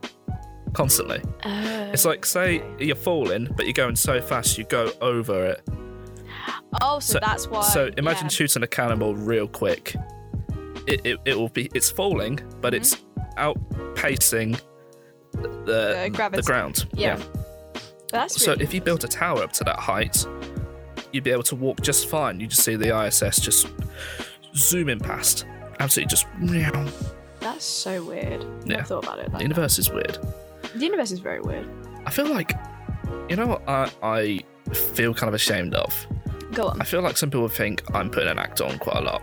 Speaker 2: constantly.
Speaker 3: Oh,
Speaker 2: It's like say you're falling, but you're going so fast you go over it.
Speaker 3: Oh, so, that's why.
Speaker 2: So imagine
Speaker 3: yeah.
Speaker 2: shooting a cannonball real quick. It, it, it will be it's falling, but it's outpacing the
Speaker 3: Mm-hmm. The gravity.
Speaker 2: the ground.
Speaker 3: Yeah. That's
Speaker 2: So
Speaker 3: really
Speaker 2: if you built a tower up to that height, you'd be able to walk just fine. You just see the ISS just zooming past. Absolutely, just the
Speaker 3: that's so weird.
Speaker 2: Yeah.
Speaker 3: Never thought about it. Like that.
Speaker 2: universe is weird.
Speaker 3: The universe is very weird.
Speaker 2: I feel like, you know, what I I feel kind of ashamed of.
Speaker 3: Go on.
Speaker 2: I feel like some people think I'm putting an act on quite a lot,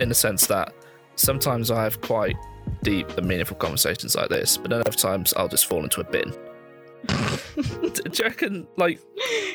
Speaker 2: in the sense that sometimes I have quite deep and meaningful conversations like this, but then other times I'll just fall into a
Speaker 3: [laughs]
Speaker 2: bin. [laughs] do, do you reckon, like,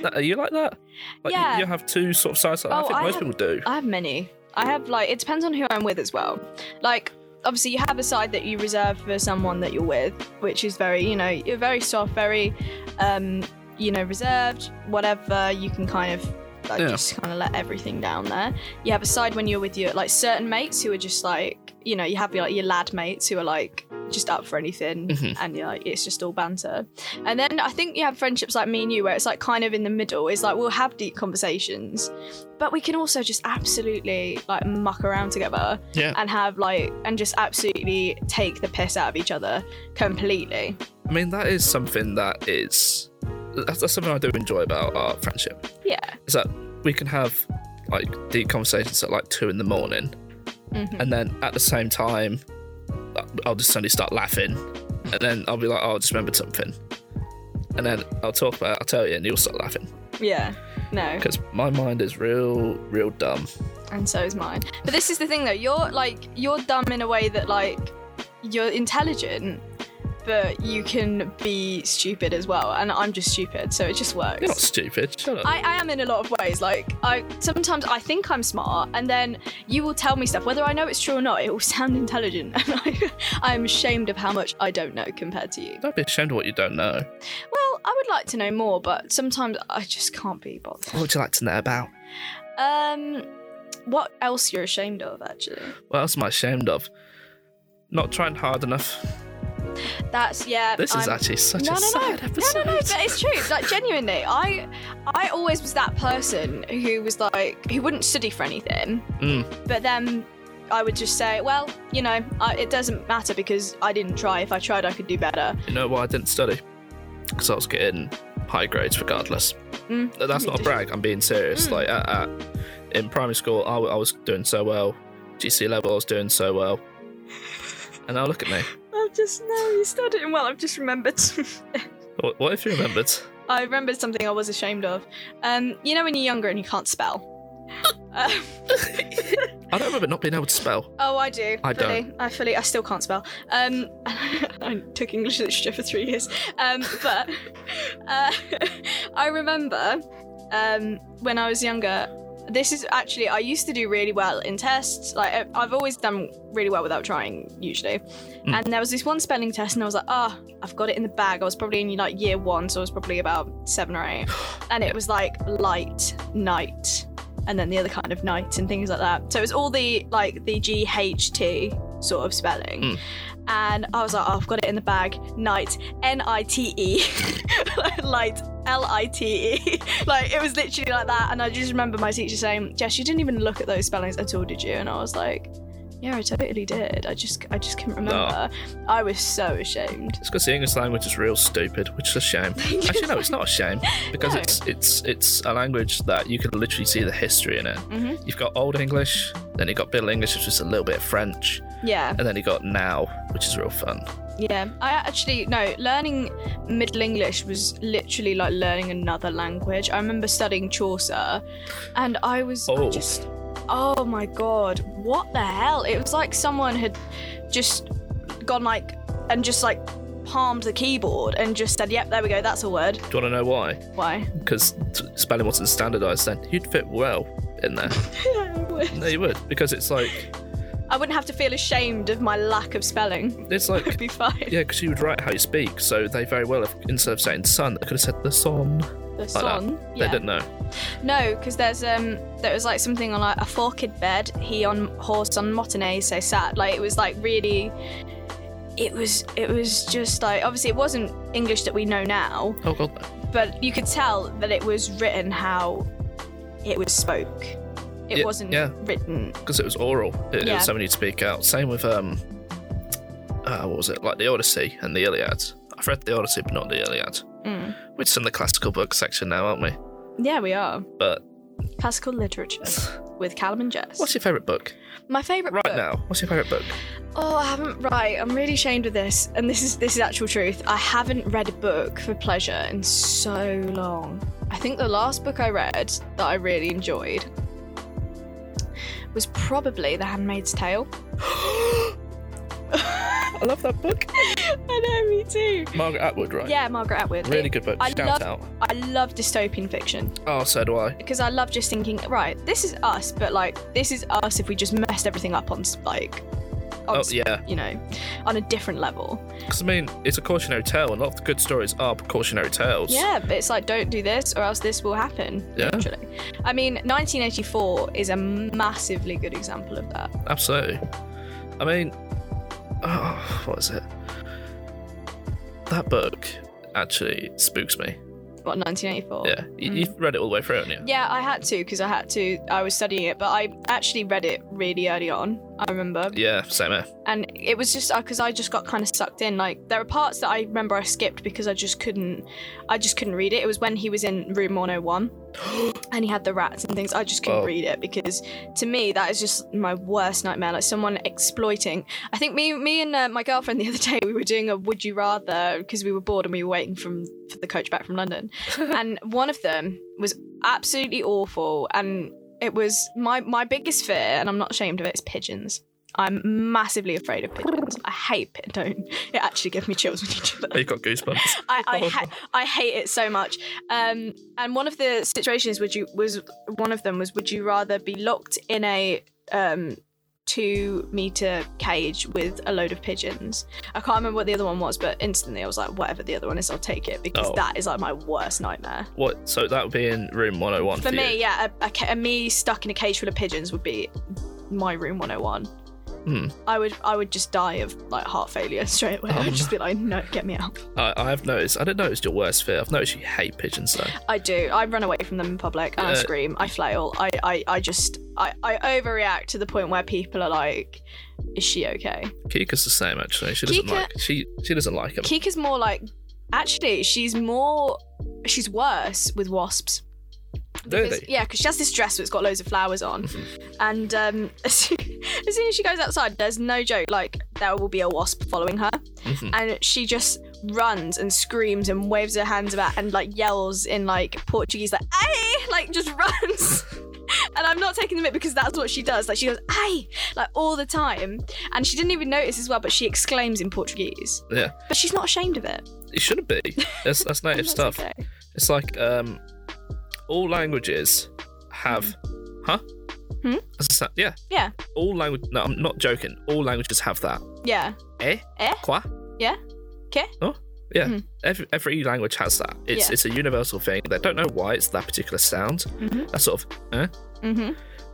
Speaker 2: that- are you like that? Like, you-
Speaker 3: Yeah.
Speaker 2: you, have two sort of sides. Like, I
Speaker 3: Oh,
Speaker 2: think
Speaker 3: I
Speaker 2: most
Speaker 3: have-
Speaker 2: people do.
Speaker 3: I have many. I have like it depends on who I'm with as well. Like obviously you have a side that you reserve for someone that you're with, which is very you know you're very soft, very um, you know reserved, whatever. You can kind of like
Speaker 2: Yeah.
Speaker 3: just kind of let everything down there. You have a side when you're with your like certain mates who are just like you know you have your, like your lad mates who are like just up for anything
Speaker 2: Mhm.
Speaker 3: and you're like it's just all banter and then i think you have friendships like me and you where it's like kind of in the middle it's like we'll have deep conversations but we can also just absolutely like muck around together
Speaker 2: Yeah.
Speaker 3: and have like and just absolutely take the piss out of each other completely
Speaker 2: I mean, that is something that is that's, that's something I do enjoy about our friendship.
Speaker 3: yeah
Speaker 2: Is that we can have like deep conversations at like two in the morning,
Speaker 3: Mhm.
Speaker 2: and then at the same time, I- I'll just suddenly start laughing, and then I'll be like, "Oh, I just remembered something," and then I'll talk about, it, I'll tell you, and you'll start laughing
Speaker 3: yeah no
Speaker 2: because my mind is real, real dumb.
Speaker 3: and so is mine but this is the thing though you're like you're dumb in a way that like you're intelligent but you can be stupid as well and i'm just stupid so it just works
Speaker 2: You're not stupid. Shut up.
Speaker 3: I, I am in a lot of ways. Like I sometimes I think I'm smart, and then you will tell me stuff, whether I know it's true or not. It will [laughs] sound intelligent, and I, [laughs] I'm ashamed of how much I don't know compared to you.
Speaker 2: Don't be ashamed of what you don't know.
Speaker 3: Well, I would like to know more, but sometimes I just can't be bothered.
Speaker 2: What would you like to know about?
Speaker 3: Um, what else you're ashamed of? Actually,
Speaker 2: What else am I ashamed of? Not trying hard enough.
Speaker 3: that's yeah.
Speaker 2: This is
Speaker 3: Uh, I'm-
Speaker 2: actually such
Speaker 3: no,
Speaker 2: a
Speaker 3: no,
Speaker 2: sad
Speaker 3: no.
Speaker 2: episode.
Speaker 3: No, no, no, but it's true. Like genuinely, I I always was that person who was like who wouldn't study for anything.
Speaker 2: Mm.
Speaker 3: But then I would just say, well, you know, I, it doesn't matter because I didn't try. If I tried, I could do better.
Speaker 2: You know why I didn't study? Because I was getting high grades regardless.
Speaker 3: Mm,
Speaker 2: Th- That's not a brag. I'm being serious.
Speaker 3: Mm.
Speaker 2: Like at, at, in primary school, I, w- I was doing so well. GC level, I was doing so well. And now look at me.
Speaker 3: I've just no, you started well. I've just remembered.
Speaker 2: What, what if you remembered?
Speaker 3: [laughs] I remembered something I was ashamed of. Um, you know when you're younger and you can't spell. Um, [laughs]
Speaker 2: I don't remember not being able to spell.
Speaker 3: Oh, I do.
Speaker 2: I
Speaker 3: fully. I fully. I still can't spell. Um, [laughs] I took English literature for three years. Um, but [laughs] uh, [laughs] I remember um, when I was younger. This is actually I used to do really well in tests. Like I- I've always done really well without trying usually. And there was this one spelling test, and I was like, oh, I've got it in the bag. I was probably in like year one, so I was probably about seven or eight, and it was like light night and then the other kind of night and things like that. So it was all the like the GHT sort of spelling.
Speaker 2: Mm.
Speaker 3: And I was like, oh, I've got it in the bag. Night, N I T E, [laughs] light, L I T E. [laughs] Like it was literally like that. And I just remember my teacher saying, Jess, you didn't even look at those spellings at all, did you? And I was like, Yeah, I totally did. I just, I just couldn't remember. I was so ashamed.
Speaker 2: It's because the English language is real stupid, which is a shame. Actually, no, it's not a shame because
Speaker 3: No.
Speaker 2: it's it's it's a language that you can literally see the history in it.
Speaker 3: Mhm.
Speaker 2: You've got Old English, then you've got Middle English, which is a little bit of French,
Speaker 3: [laughs] Yeah.
Speaker 2: and then you got now, which is real fun.
Speaker 3: Yeah, I actually no. Learning Middle English was literally like learning another language. I remember studying Chaucer, and I was I
Speaker 2: Oh.
Speaker 3: just oh my god, what the hell? It was like someone had just gone like and just like palmed the keyboard and just said, "Yep, there we go. That's a word."
Speaker 2: Do you want to know why? [laughs]
Speaker 3: Why?
Speaker 2: Because spelling wasn't standardized then. You'd fit well in
Speaker 3: [laughs]
Speaker 2: there. no, you would. Because it's like,
Speaker 3: I wouldn't have to feel ashamed of my lack of spelling. [laughs]
Speaker 2: it's
Speaker 3: It'd
Speaker 2: like,
Speaker 3: be fine.
Speaker 2: yeah, because you would write how you speak. So they very well, have, instead of saying son, they could have said the son.
Speaker 3: The
Speaker 2: Like that.
Speaker 3: song.
Speaker 2: They
Speaker 3: Yeah.
Speaker 2: didn't know.
Speaker 3: No, because there's um there was like something on like a forked bed, he on horse on motine, so sat. Like it was like really it was it was just like obviously it wasn't English that we know now,
Speaker 2: Oh, God. no.
Speaker 3: but you could tell that it was written how it was spoke. It
Speaker 2: Yeah,
Speaker 3: wasn't
Speaker 2: yeah.
Speaker 3: written.
Speaker 2: because it was oral. It, it
Speaker 3: Yeah.
Speaker 2: was something you'd speak out. Same with um, uh, what was it like the Odyssey and the Iliad? I've read the Odyssey, but not the Iliad.
Speaker 3: Mm.
Speaker 2: We're just in the classical book section now, aren't we?
Speaker 3: Yeah, we are. [sighs]
Speaker 2: But
Speaker 3: Classical literature with Callum and Jess.
Speaker 2: what's your favourite book
Speaker 3: My favourite
Speaker 2: right
Speaker 3: book.
Speaker 2: now? What's your favourite book?
Speaker 3: Oh, I haven't. Right, I'm really ashamed of this, and this is this is actual truth. I haven't read a book for pleasure in so long. I think the last book I read that I really enjoyed was probably The Handmaid's Tale. [laughs]
Speaker 2: I love that book.
Speaker 3: I know, me too.
Speaker 2: Margaret Atwood, right?
Speaker 3: Yeah, Margaret Atwood.
Speaker 2: Really good book.
Speaker 3: I
Speaker 2: Shout
Speaker 3: love-
Speaker 2: out.
Speaker 3: I love dystopian fiction
Speaker 2: Oh, so do I.
Speaker 3: because I love just thinking, right, this is us, but like this is us if we just messed everything up on s- like, on
Speaker 2: Oh
Speaker 3: s-
Speaker 2: yeah,
Speaker 3: you know, on a different level.
Speaker 2: because I mean, it's a cautionary tale, and a lot of the good stories are cautionary tales.
Speaker 3: Yeah, but it's like don't do this or else this will happen.
Speaker 2: Yeah.
Speaker 3: Literally. I mean, 1984 is a massively good example of that.
Speaker 2: Absolutely. I mean, oh, what is it? That book actually spooks me.
Speaker 3: What 1984?
Speaker 2: Yeah, you,
Speaker 3: Mm.
Speaker 2: you've read it all the way through, haven't you?
Speaker 3: Yeah, I had to because I had to. I was studying it, but I actually read it really early on. I remember,
Speaker 2: Yeah, same here.
Speaker 3: and it was just because I just got kind of sucked in. Like there are parts that I remember I skipped because I just couldn't, I just couldn't read it. It was when he was in room 101, and he had the rats and things. I just couldn't
Speaker 2: Oh.
Speaker 3: read it because to me that is just my worst nightmare. Like someone exploiting. I think me, me and uh, my girlfriend the other day we were doing a would you rather because we were bored and we were waiting from for the coach back from London, and one of them was absolutely awful and. It was my, my biggest fear, and I'm not ashamed of it, is pigeons. I'm massively afraid of pigeons. I hate it. Don't. It actually gives me chills when you do
Speaker 2: Oh,
Speaker 3: that.
Speaker 2: you got
Speaker 3: [laughs]
Speaker 2: goosebumps.
Speaker 3: I, I, ha- I hate it so much. Um, and one of the situations would you was one of them was would you rather be locked in a um, two meter cage with a load of pigeons? I can't remember what the other one was, but instantly I was like, whatever the other one is, I'll take it because
Speaker 2: Oh.
Speaker 3: that is like my worst nightmare.
Speaker 2: what? So that would be in room 101 for,
Speaker 3: For me,
Speaker 2: you.
Speaker 3: yeah, a, a ca- a me stuck in a cage full of pigeons would be my room 101.
Speaker 2: Hmm.
Speaker 3: I would I would just die of like heart failure [laughs] straight away.
Speaker 2: Oh,
Speaker 3: I'd just be like, no, get me out.
Speaker 2: I, I have noticed. I didn't notice your worst fear. I've noticed you hate pigeons though.
Speaker 3: I do. I run away from them in public and I
Speaker 2: Uh,
Speaker 3: scream. I flail. I, I, I just I, I overreact to the point where people are like, is she okay?
Speaker 2: Kika's the same actually. She doesn't
Speaker 3: Kika-
Speaker 2: like. She she doesn't like them.
Speaker 3: Kika's more like actually she's more she's worse with wasps.
Speaker 2: Really?
Speaker 3: Because- Yeah, because she has this dress that's got loads of flowers on, and um, [laughs] as, soon, as soon as she goes outside, there's no joke. Like there will be a wasp following her,
Speaker 2: Mhm.
Speaker 3: and she just runs and screams and waves her hands about and like yells in like Portuguese, like "ay!" like just [laughs] runs. and I'm not taking the mic because that's what she does. Like she goes "ay!" like all the time, and she didn't even notice as well. But she exclaims in Portuguese.
Speaker 2: Yeah.
Speaker 3: But she's not ashamed of it.
Speaker 2: It shouldn't
Speaker 3: [laughs]
Speaker 2: be. That's that's
Speaker 3: And
Speaker 2: native
Speaker 3: that's
Speaker 2: stuff.
Speaker 3: okay.
Speaker 2: It's like um, all languages have, huh?
Speaker 3: Hmm?
Speaker 2: That's a sa- yeah.
Speaker 3: Yeah.
Speaker 2: All language. No, I'm not joking. All languages have that.
Speaker 3: Yeah.
Speaker 2: Eh?
Speaker 3: Eh?
Speaker 2: Quoi?
Speaker 3: Yeah. Que?
Speaker 2: Oh, yeah.
Speaker 3: Mhm.
Speaker 2: Every, every language has that. It's
Speaker 3: Yeah.
Speaker 2: it's a universal thing. They don't know why it's that particular sound.
Speaker 3: Mhm.
Speaker 2: That sort of,
Speaker 3: hmm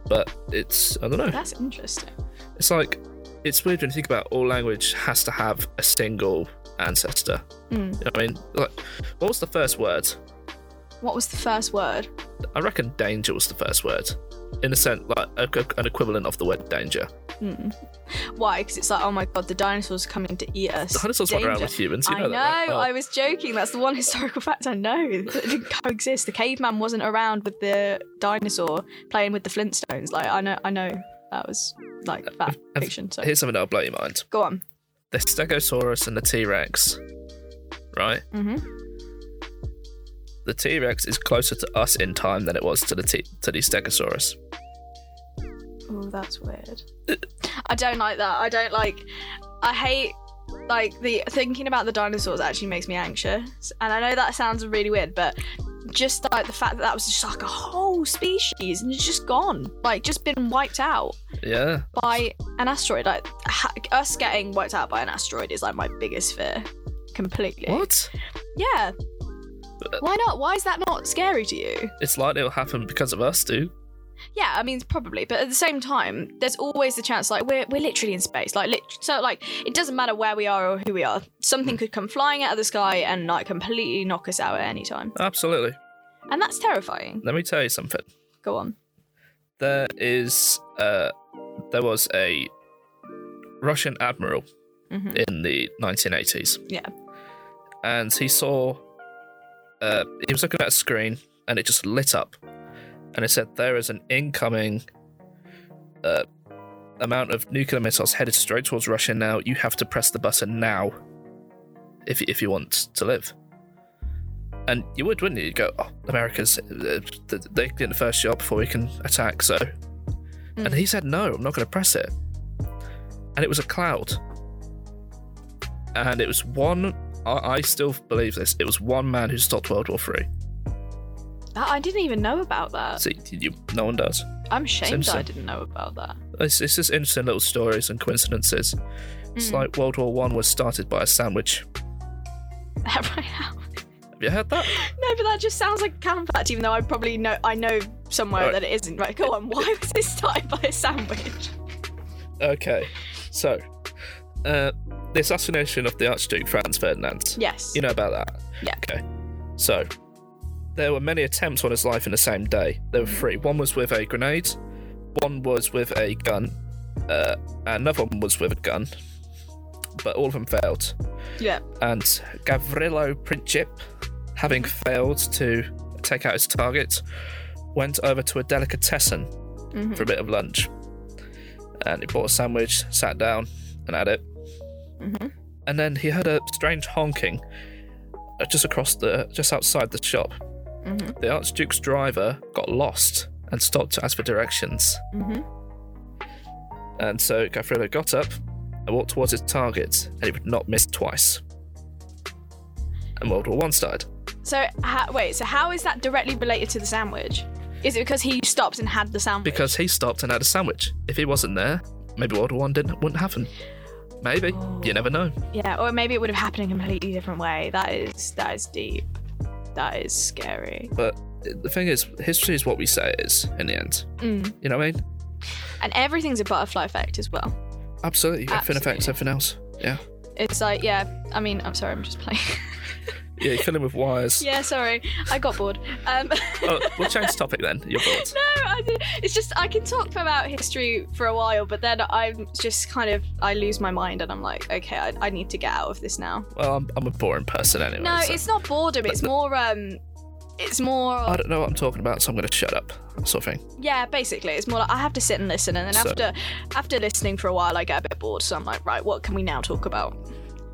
Speaker 2: but it's I don't know.
Speaker 3: That's interesting.
Speaker 2: It's like it's weird when you think about all language has to have a single ancestor.
Speaker 3: Mm.
Speaker 2: You know what I mean, like, what was the first word?
Speaker 3: What was the first word?
Speaker 2: I reckon danger was the first word, in a sense, like a, a- an equivalent of the word danger.
Speaker 3: Mm. Why? Because it's like, oh my god, the dinosaurs are coming to eat us.
Speaker 2: The dinosaurs went around
Speaker 3: Danger.
Speaker 2: with humans. You
Speaker 3: I
Speaker 2: know,
Speaker 3: know.
Speaker 2: that, right?
Speaker 3: I was joking. That's the one [laughs] historical fact I know. That didn't coexist. The caveman wasn't around with the dinosaur playing with the Flintstones. Like I know. I know that was like fact
Speaker 2: uh,
Speaker 3: fiction. So
Speaker 2: Oh, here's something that'll blow your mind:
Speaker 3: go on.
Speaker 2: the Stegosaurus and the T Rex, right?
Speaker 3: hmm
Speaker 2: the T Rex is closer to us in time than it was to the t- to the Stegosaurus.
Speaker 3: Oh, that's weird. I don't like that. I don't like. I hate like the thinking about the dinosaurs actually makes me anxious. And I know that sounds really weird, but just like the fact that that was just like a whole species and it's just gone, like just been wiped out
Speaker 2: Yeah.
Speaker 3: by an asteroid. Like ha- us getting wiped out by an asteroid is like my biggest fear. Completely.
Speaker 2: What?
Speaker 3: Yeah.
Speaker 2: But-
Speaker 3: Why not? Why is that not scary to you?
Speaker 2: It's likely it'll happen because of us, dude.
Speaker 3: Yeah, I mean probably, but at the same time, there's always the chance like we're we're literally in space, like lit- so like it doesn't matter where we are or who we are. Something could come flying out of the sky and like completely knock us out at any time,
Speaker 2: Absolutely.
Speaker 3: and that's terrifying.
Speaker 2: Let me tell you something.
Speaker 3: Go on.
Speaker 2: There is, uh, there was a Russian admiral
Speaker 3: Mhm.
Speaker 2: in the 1980s.
Speaker 3: Yeah.
Speaker 2: And he saw, uh, he was looking at a screen and it just lit up. And it said, there is an incoming uh, amount of nuclear missiles headed straight towards Russia now. You have to press the button now if, if you want to live. And you would, wouldn't you? You'd go, oh, America's, uh, th- they get the first shot before we can attack, so. And
Speaker 3: Mm.
Speaker 2: he said, no, I'm not going to press it. And it was a cloud and it was one. I, I still believe this. It was one man who stopped World War Three.
Speaker 3: That, I didn't even know about that.
Speaker 2: See, you, no one does.
Speaker 3: I'm ashamed
Speaker 2: Simpson.
Speaker 3: I didn't know about that.
Speaker 2: It's, it's just interesting little stories and coincidences. It's
Speaker 3: [laughs] Mm.
Speaker 2: like World War One was started by a sandwich.
Speaker 3: right now.
Speaker 2: Have you heard that?
Speaker 3: No, but that just sounds like a canon fact, even though I probably know I know somewhere
Speaker 2: Alright.
Speaker 3: that it isn't. Right, go on. [laughs] Why was it started by a sandwich?
Speaker 2: Okay, so uh, the assassination of the Archduke Franz Ferdinand.
Speaker 3: Yes.
Speaker 2: You know about that?
Speaker 3: Yeah.
Speaker 2: Okay. So, there were many attempts on his life in the same day. There were three. One was with a grenade, one was with a gun, uh, another one was with a gun, but all of them failed.
Speaker 3: Yeah.
Speaker 2: And Gavrilo Princip, having failed to take out his target, went over to a delicatessen
Speaker 3: Mhm.
Speaker 2: for a bit of lunch. And he bought a sandwich, sat down, and had it.
Speaker 3: Mhm.
Speaker 2: And then he heard a strange honking uh, just across the, just outside the shop.
Speaker 3: Mhm.
Speaker 2: The Archduke's driver got lost and stopped to ask for directions.
Speaker 3: Mhm.
Speaker 2: And so Gavrilo got up and walked towards his target, and he would not miss twice. And World War One started.
Speaker 3: So ha- wait, so how is that directly related to the sandwich? Is it because he stopped and had the sandwich?
Speaker 2: Because he stopped and had a sandwich. If he wasn't there, maybe World War One didn't wouldn't happen. Maybe. You never know.
Speaker 3: yeah, or maybe it would have happened in a completely different way. That is that is deep. That is scary.
Speaker 2: But the thing is, history is what we say it is in the end.
Speaker 3: Mm.
Speaker 2: You know what I mean?
Speaker 3: And everything's a butterfly effect as well.
Speaker 2: Absolutely. Everything affects everything else. Yeah.
Speaker 3: It's like yeah. I mean, I'm sorry, I'm just playing. [laughs]
Speaker 2: Yeah, you kill him with wires.
Speaker 3: yeah, sorry, I got bored. Um, [laughs]
Speaker 2: Oh, we'll change topic then. You're bored.
Speaker 3: No, I did- it's just I can talk about history for a while, but then I'm just kind of I lose my mind and I'm like, okay, I, I need to get out of this now.
Speaker 2: Well, I'm, I'm a boring person anyway.
Speaker 3: No,
Speaker 2: so
Speaker 3: it's not boredom. It's more um, it's more
Speaker 2: I don't know what I'm talking about, so I'm going to shut up. Sort of thing.
Speaker 3: yeah. Basically, it's more like I have to sit and listen, and then
Speaker 2: So-
Speaker 3: after after listening for a while, I get a bit bored. So I'm like, right, what can we now talk about?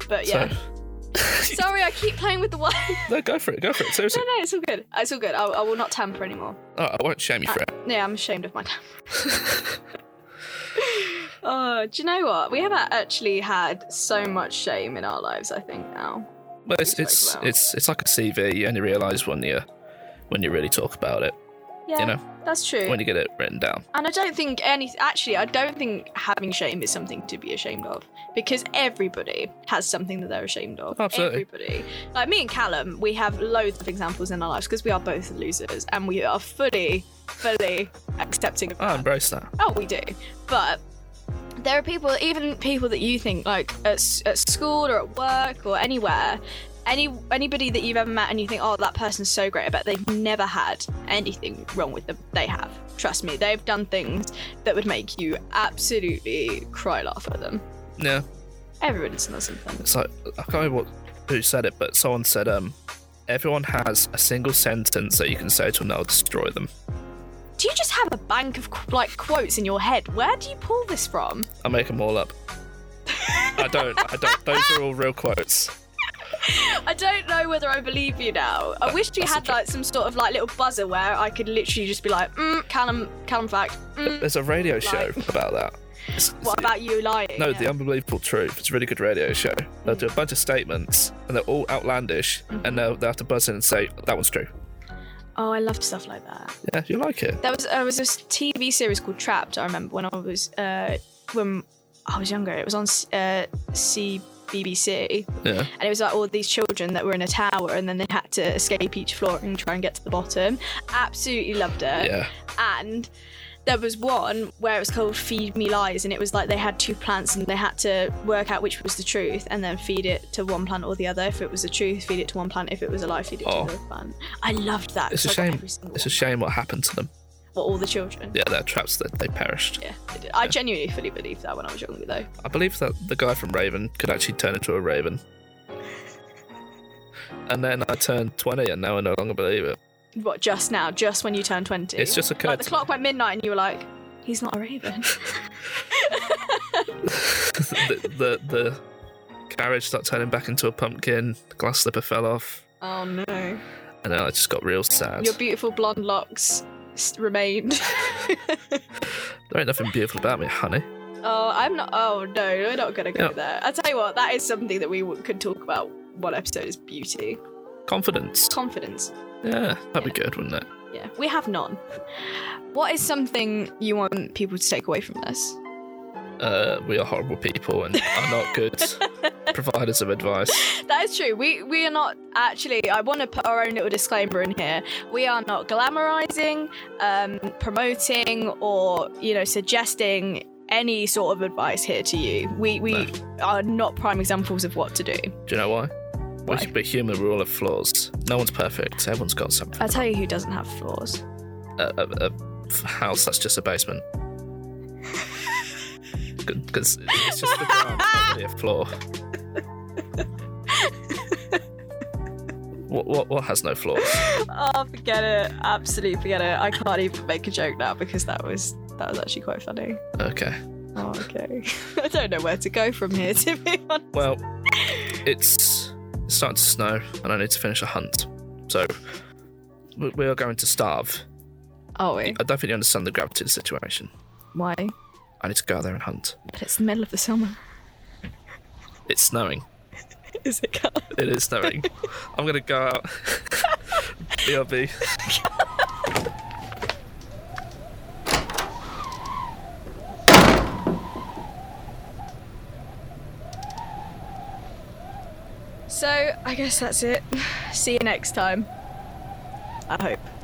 Speaker 3: But yeah,
Speaker 2: So,
Speaker 3: sorry, I keep playing with the [laughs] word.
Speaker 2: no, go for it. Go for it.
Speaker 3: no, [laughs]
Speaker 2: Seriously.
Speaker 3: no, it's all good. It's all good. I, I will not tamper anymore.
Speaker 2: Oh, I won't shame you for it.
Speaker 3: Yeah, I'm ashamed of my dad. [laughs] oh, do you know what? We have actually had so much shame in our lives. I think now.
Speaker 2: Well, it's
Speaker 3: Spoke
Speaker 2: it's
Speaker 3: about.
Speaker 2: it's it's like a CV. You only realise when you when you really talk about it.
Speaker 3: Yeah,
Speaker 2: You know,
Speaker 3: that's true.
Speaker 2: when you get it written down.
Speaker 3: and I don't think any. Actually, I don't think having shame is something to be ashamed of because everybody has something that they're ashamed of.
Speaker 2: Absolutely.
Speaker 3: Everybody. Like me and Callum, we have loads of examples in our lives because we are both losers and we are fully, fully accepting of
Speaker 2: I
Speaker 3: that.
Speaker 2: embrace that.
Speaker 3: Oh, we do. But there are people, even people that you think like at, s- at school or at work or anywhere, any anybody that you've ever met and you think, oh, that person's so great, but they've never had anything wrong with them. They have. Trust me, they've done things that would make you absolutely cry laugh at them.
Speaker 2: Yeah.
Speaker 3: Everybody's done something.
Speaker 2: It's like I can't remember what, who said it, but someone said um. Everyone has a single sentence that you can say to them that'll destroy them.
Speaker 3: Do you just have a bank of qu- like quotes in your head? Where do you pull this from?
Speaker 2: I make them all up. I don't. I
Speaker 3: [laughs]
Speaker 2: don't. Those are all real quotes.
Speaker 3: I don't know whether I believe you now. I wish we
Speaker 2: that's
Speaker 3: had
Speaker 2: okay.
Speaker 3: like some sort of like little buzzer where I could literally just be like, mm, Callum, Callum fact. Mm.
Speaker 2: There's a radio show
Speaker 3: Like-
Speaker 2: about that. It's-
Speaker 3: What about you lying?
Speaker 2: No,
Speaker 3: Yeah.
Speaker 2: The Unbelievable Truth. It's a really good radio show. They'll do a bunch of statements, and they're all outlandish,
Speaker 3: Mm-hmm.
Speaker 2: and they'll, they'll have to buzz in and say, that one's true.
Speaker 3: oh, I loved stuff like that.
Speaker 2: Yeah, you like it.
Speaker 3: There was there was this TV series called Trapped. I remember when I was uh, when I was younger. It was on uh, CBBC,
Speaker 2: Yeah.
Speaker 3: and it was like all these children that were in a tower, and then they had to escape each floor and try and get to the bottom. Absolutely loved it.
Speaker 2: Yeah.
Speaker 3: And there was one where it was called "Feed Me Lies," and it was like they had two plants, and they had to work out which was the truth, and then feed it to one plant or the other. If it was the truth, feed it to one plant. If it was a lie, feed it
Speaker 2: Oh.
Speaker 3: to the other plant. I loved that.
Speaker 2: It's a
Speaker 3: because I got
Speaker 2: shame.
Speaker 3: every single
Speaker 2: It's a
Speaker 3: one.
Speaker 2: shame what happened to them.
Speaker 3: For all the children.
Speaker 2: Yeah, their traps, they, they perished.
Speaker 3: Yeah, I did. I genuinely fully believed that when I was younger, though.
Speaker 2: I believe that the guy from Raven could actually turn into a raven. And then I turned 20 and now I no longer believe it.
Speaker 3: What, just now, just when you turned 20?
Speaker 2: It's just occurred
Speaker 3: Like, the
Speaker 2: to
Speaker 3: clock went midnight and you were like, he's not a raven.
Speaker 2: [laughs] the, the, the carriage started turning back into a pumpkin, the glass slipper fell off,
Speaker 3: oh, no.
Speaker 2: and then I just got real sad.
Speaker 3: Your beautiful blonde locks s-
Speaker 2: [laughs]
Speaker 3: remained.
Speaker 2: There ain't nothing beautiful about me, honey.
Speaker 3: oh, I'm not. Oh, no, we're not going to go
Speaker 2: Yeah.
Speaker 3: there. I tell you what, that is something that we w- could talk about one episode is beauty.
Speaker 2: Confidence.
Speaker 3: Confidence.
Speaker 2: Yeah, that'd be good, wouldn't it?
Speaker 3: Yeah, we have none. What is something you want people to take away from this?
Speaker 2: Uh, we are horrible people and are not
Speaker 3: [laughs]
Speaker 2: good providers of advice.
Speaker 3: That is true. We we are not actually. I want to put our own little disclaimer in here. We are not glamorizing, um, promoting, or you know suggesting any sort of advice here to you. We we are not prime examples of what to do.
Speaker 2: Do you know why?
Speaker 3: Why?
Speaker 2: We should be human. We all have flaws. No one's perfect. Everyone's got something.
Speaker 3: I tell you, who doesn't have flaws?
Speaker 2: A, a, a f- house that's just a basement. Because it's just the ground, it's not really a floor. what, what, what has no flaws?
Speaker 3: Oh, forget it. Absolutely forget it. I can't even make a joke now because that was that was actually quite funny.
Speaker 2: Okay.
Speaker 3: Oh, okay. [laughs] I don't know where to go from here. [laughs] To be honest.
Speaker 2: Well, it's it's starting to snow, and I need to finish a hunt. So we we are going to starve.
Speaker 3: Are we?
Speaker 2: I don't think you understand the gravity of the situation.
Speaker 3: Why?
Speaker 2: I need to go out there and hunt.
Speaker 3: But it's the middle of the summer. [laughs]
Speaker 2: It's snowing.
Speaker 3: Is it? Carl?
Speaker 2: It is snowing. I'm gonna go out. [laughs] BRB.
Speaker 3: [sighs] So I guess that's it. See you next time. I hope.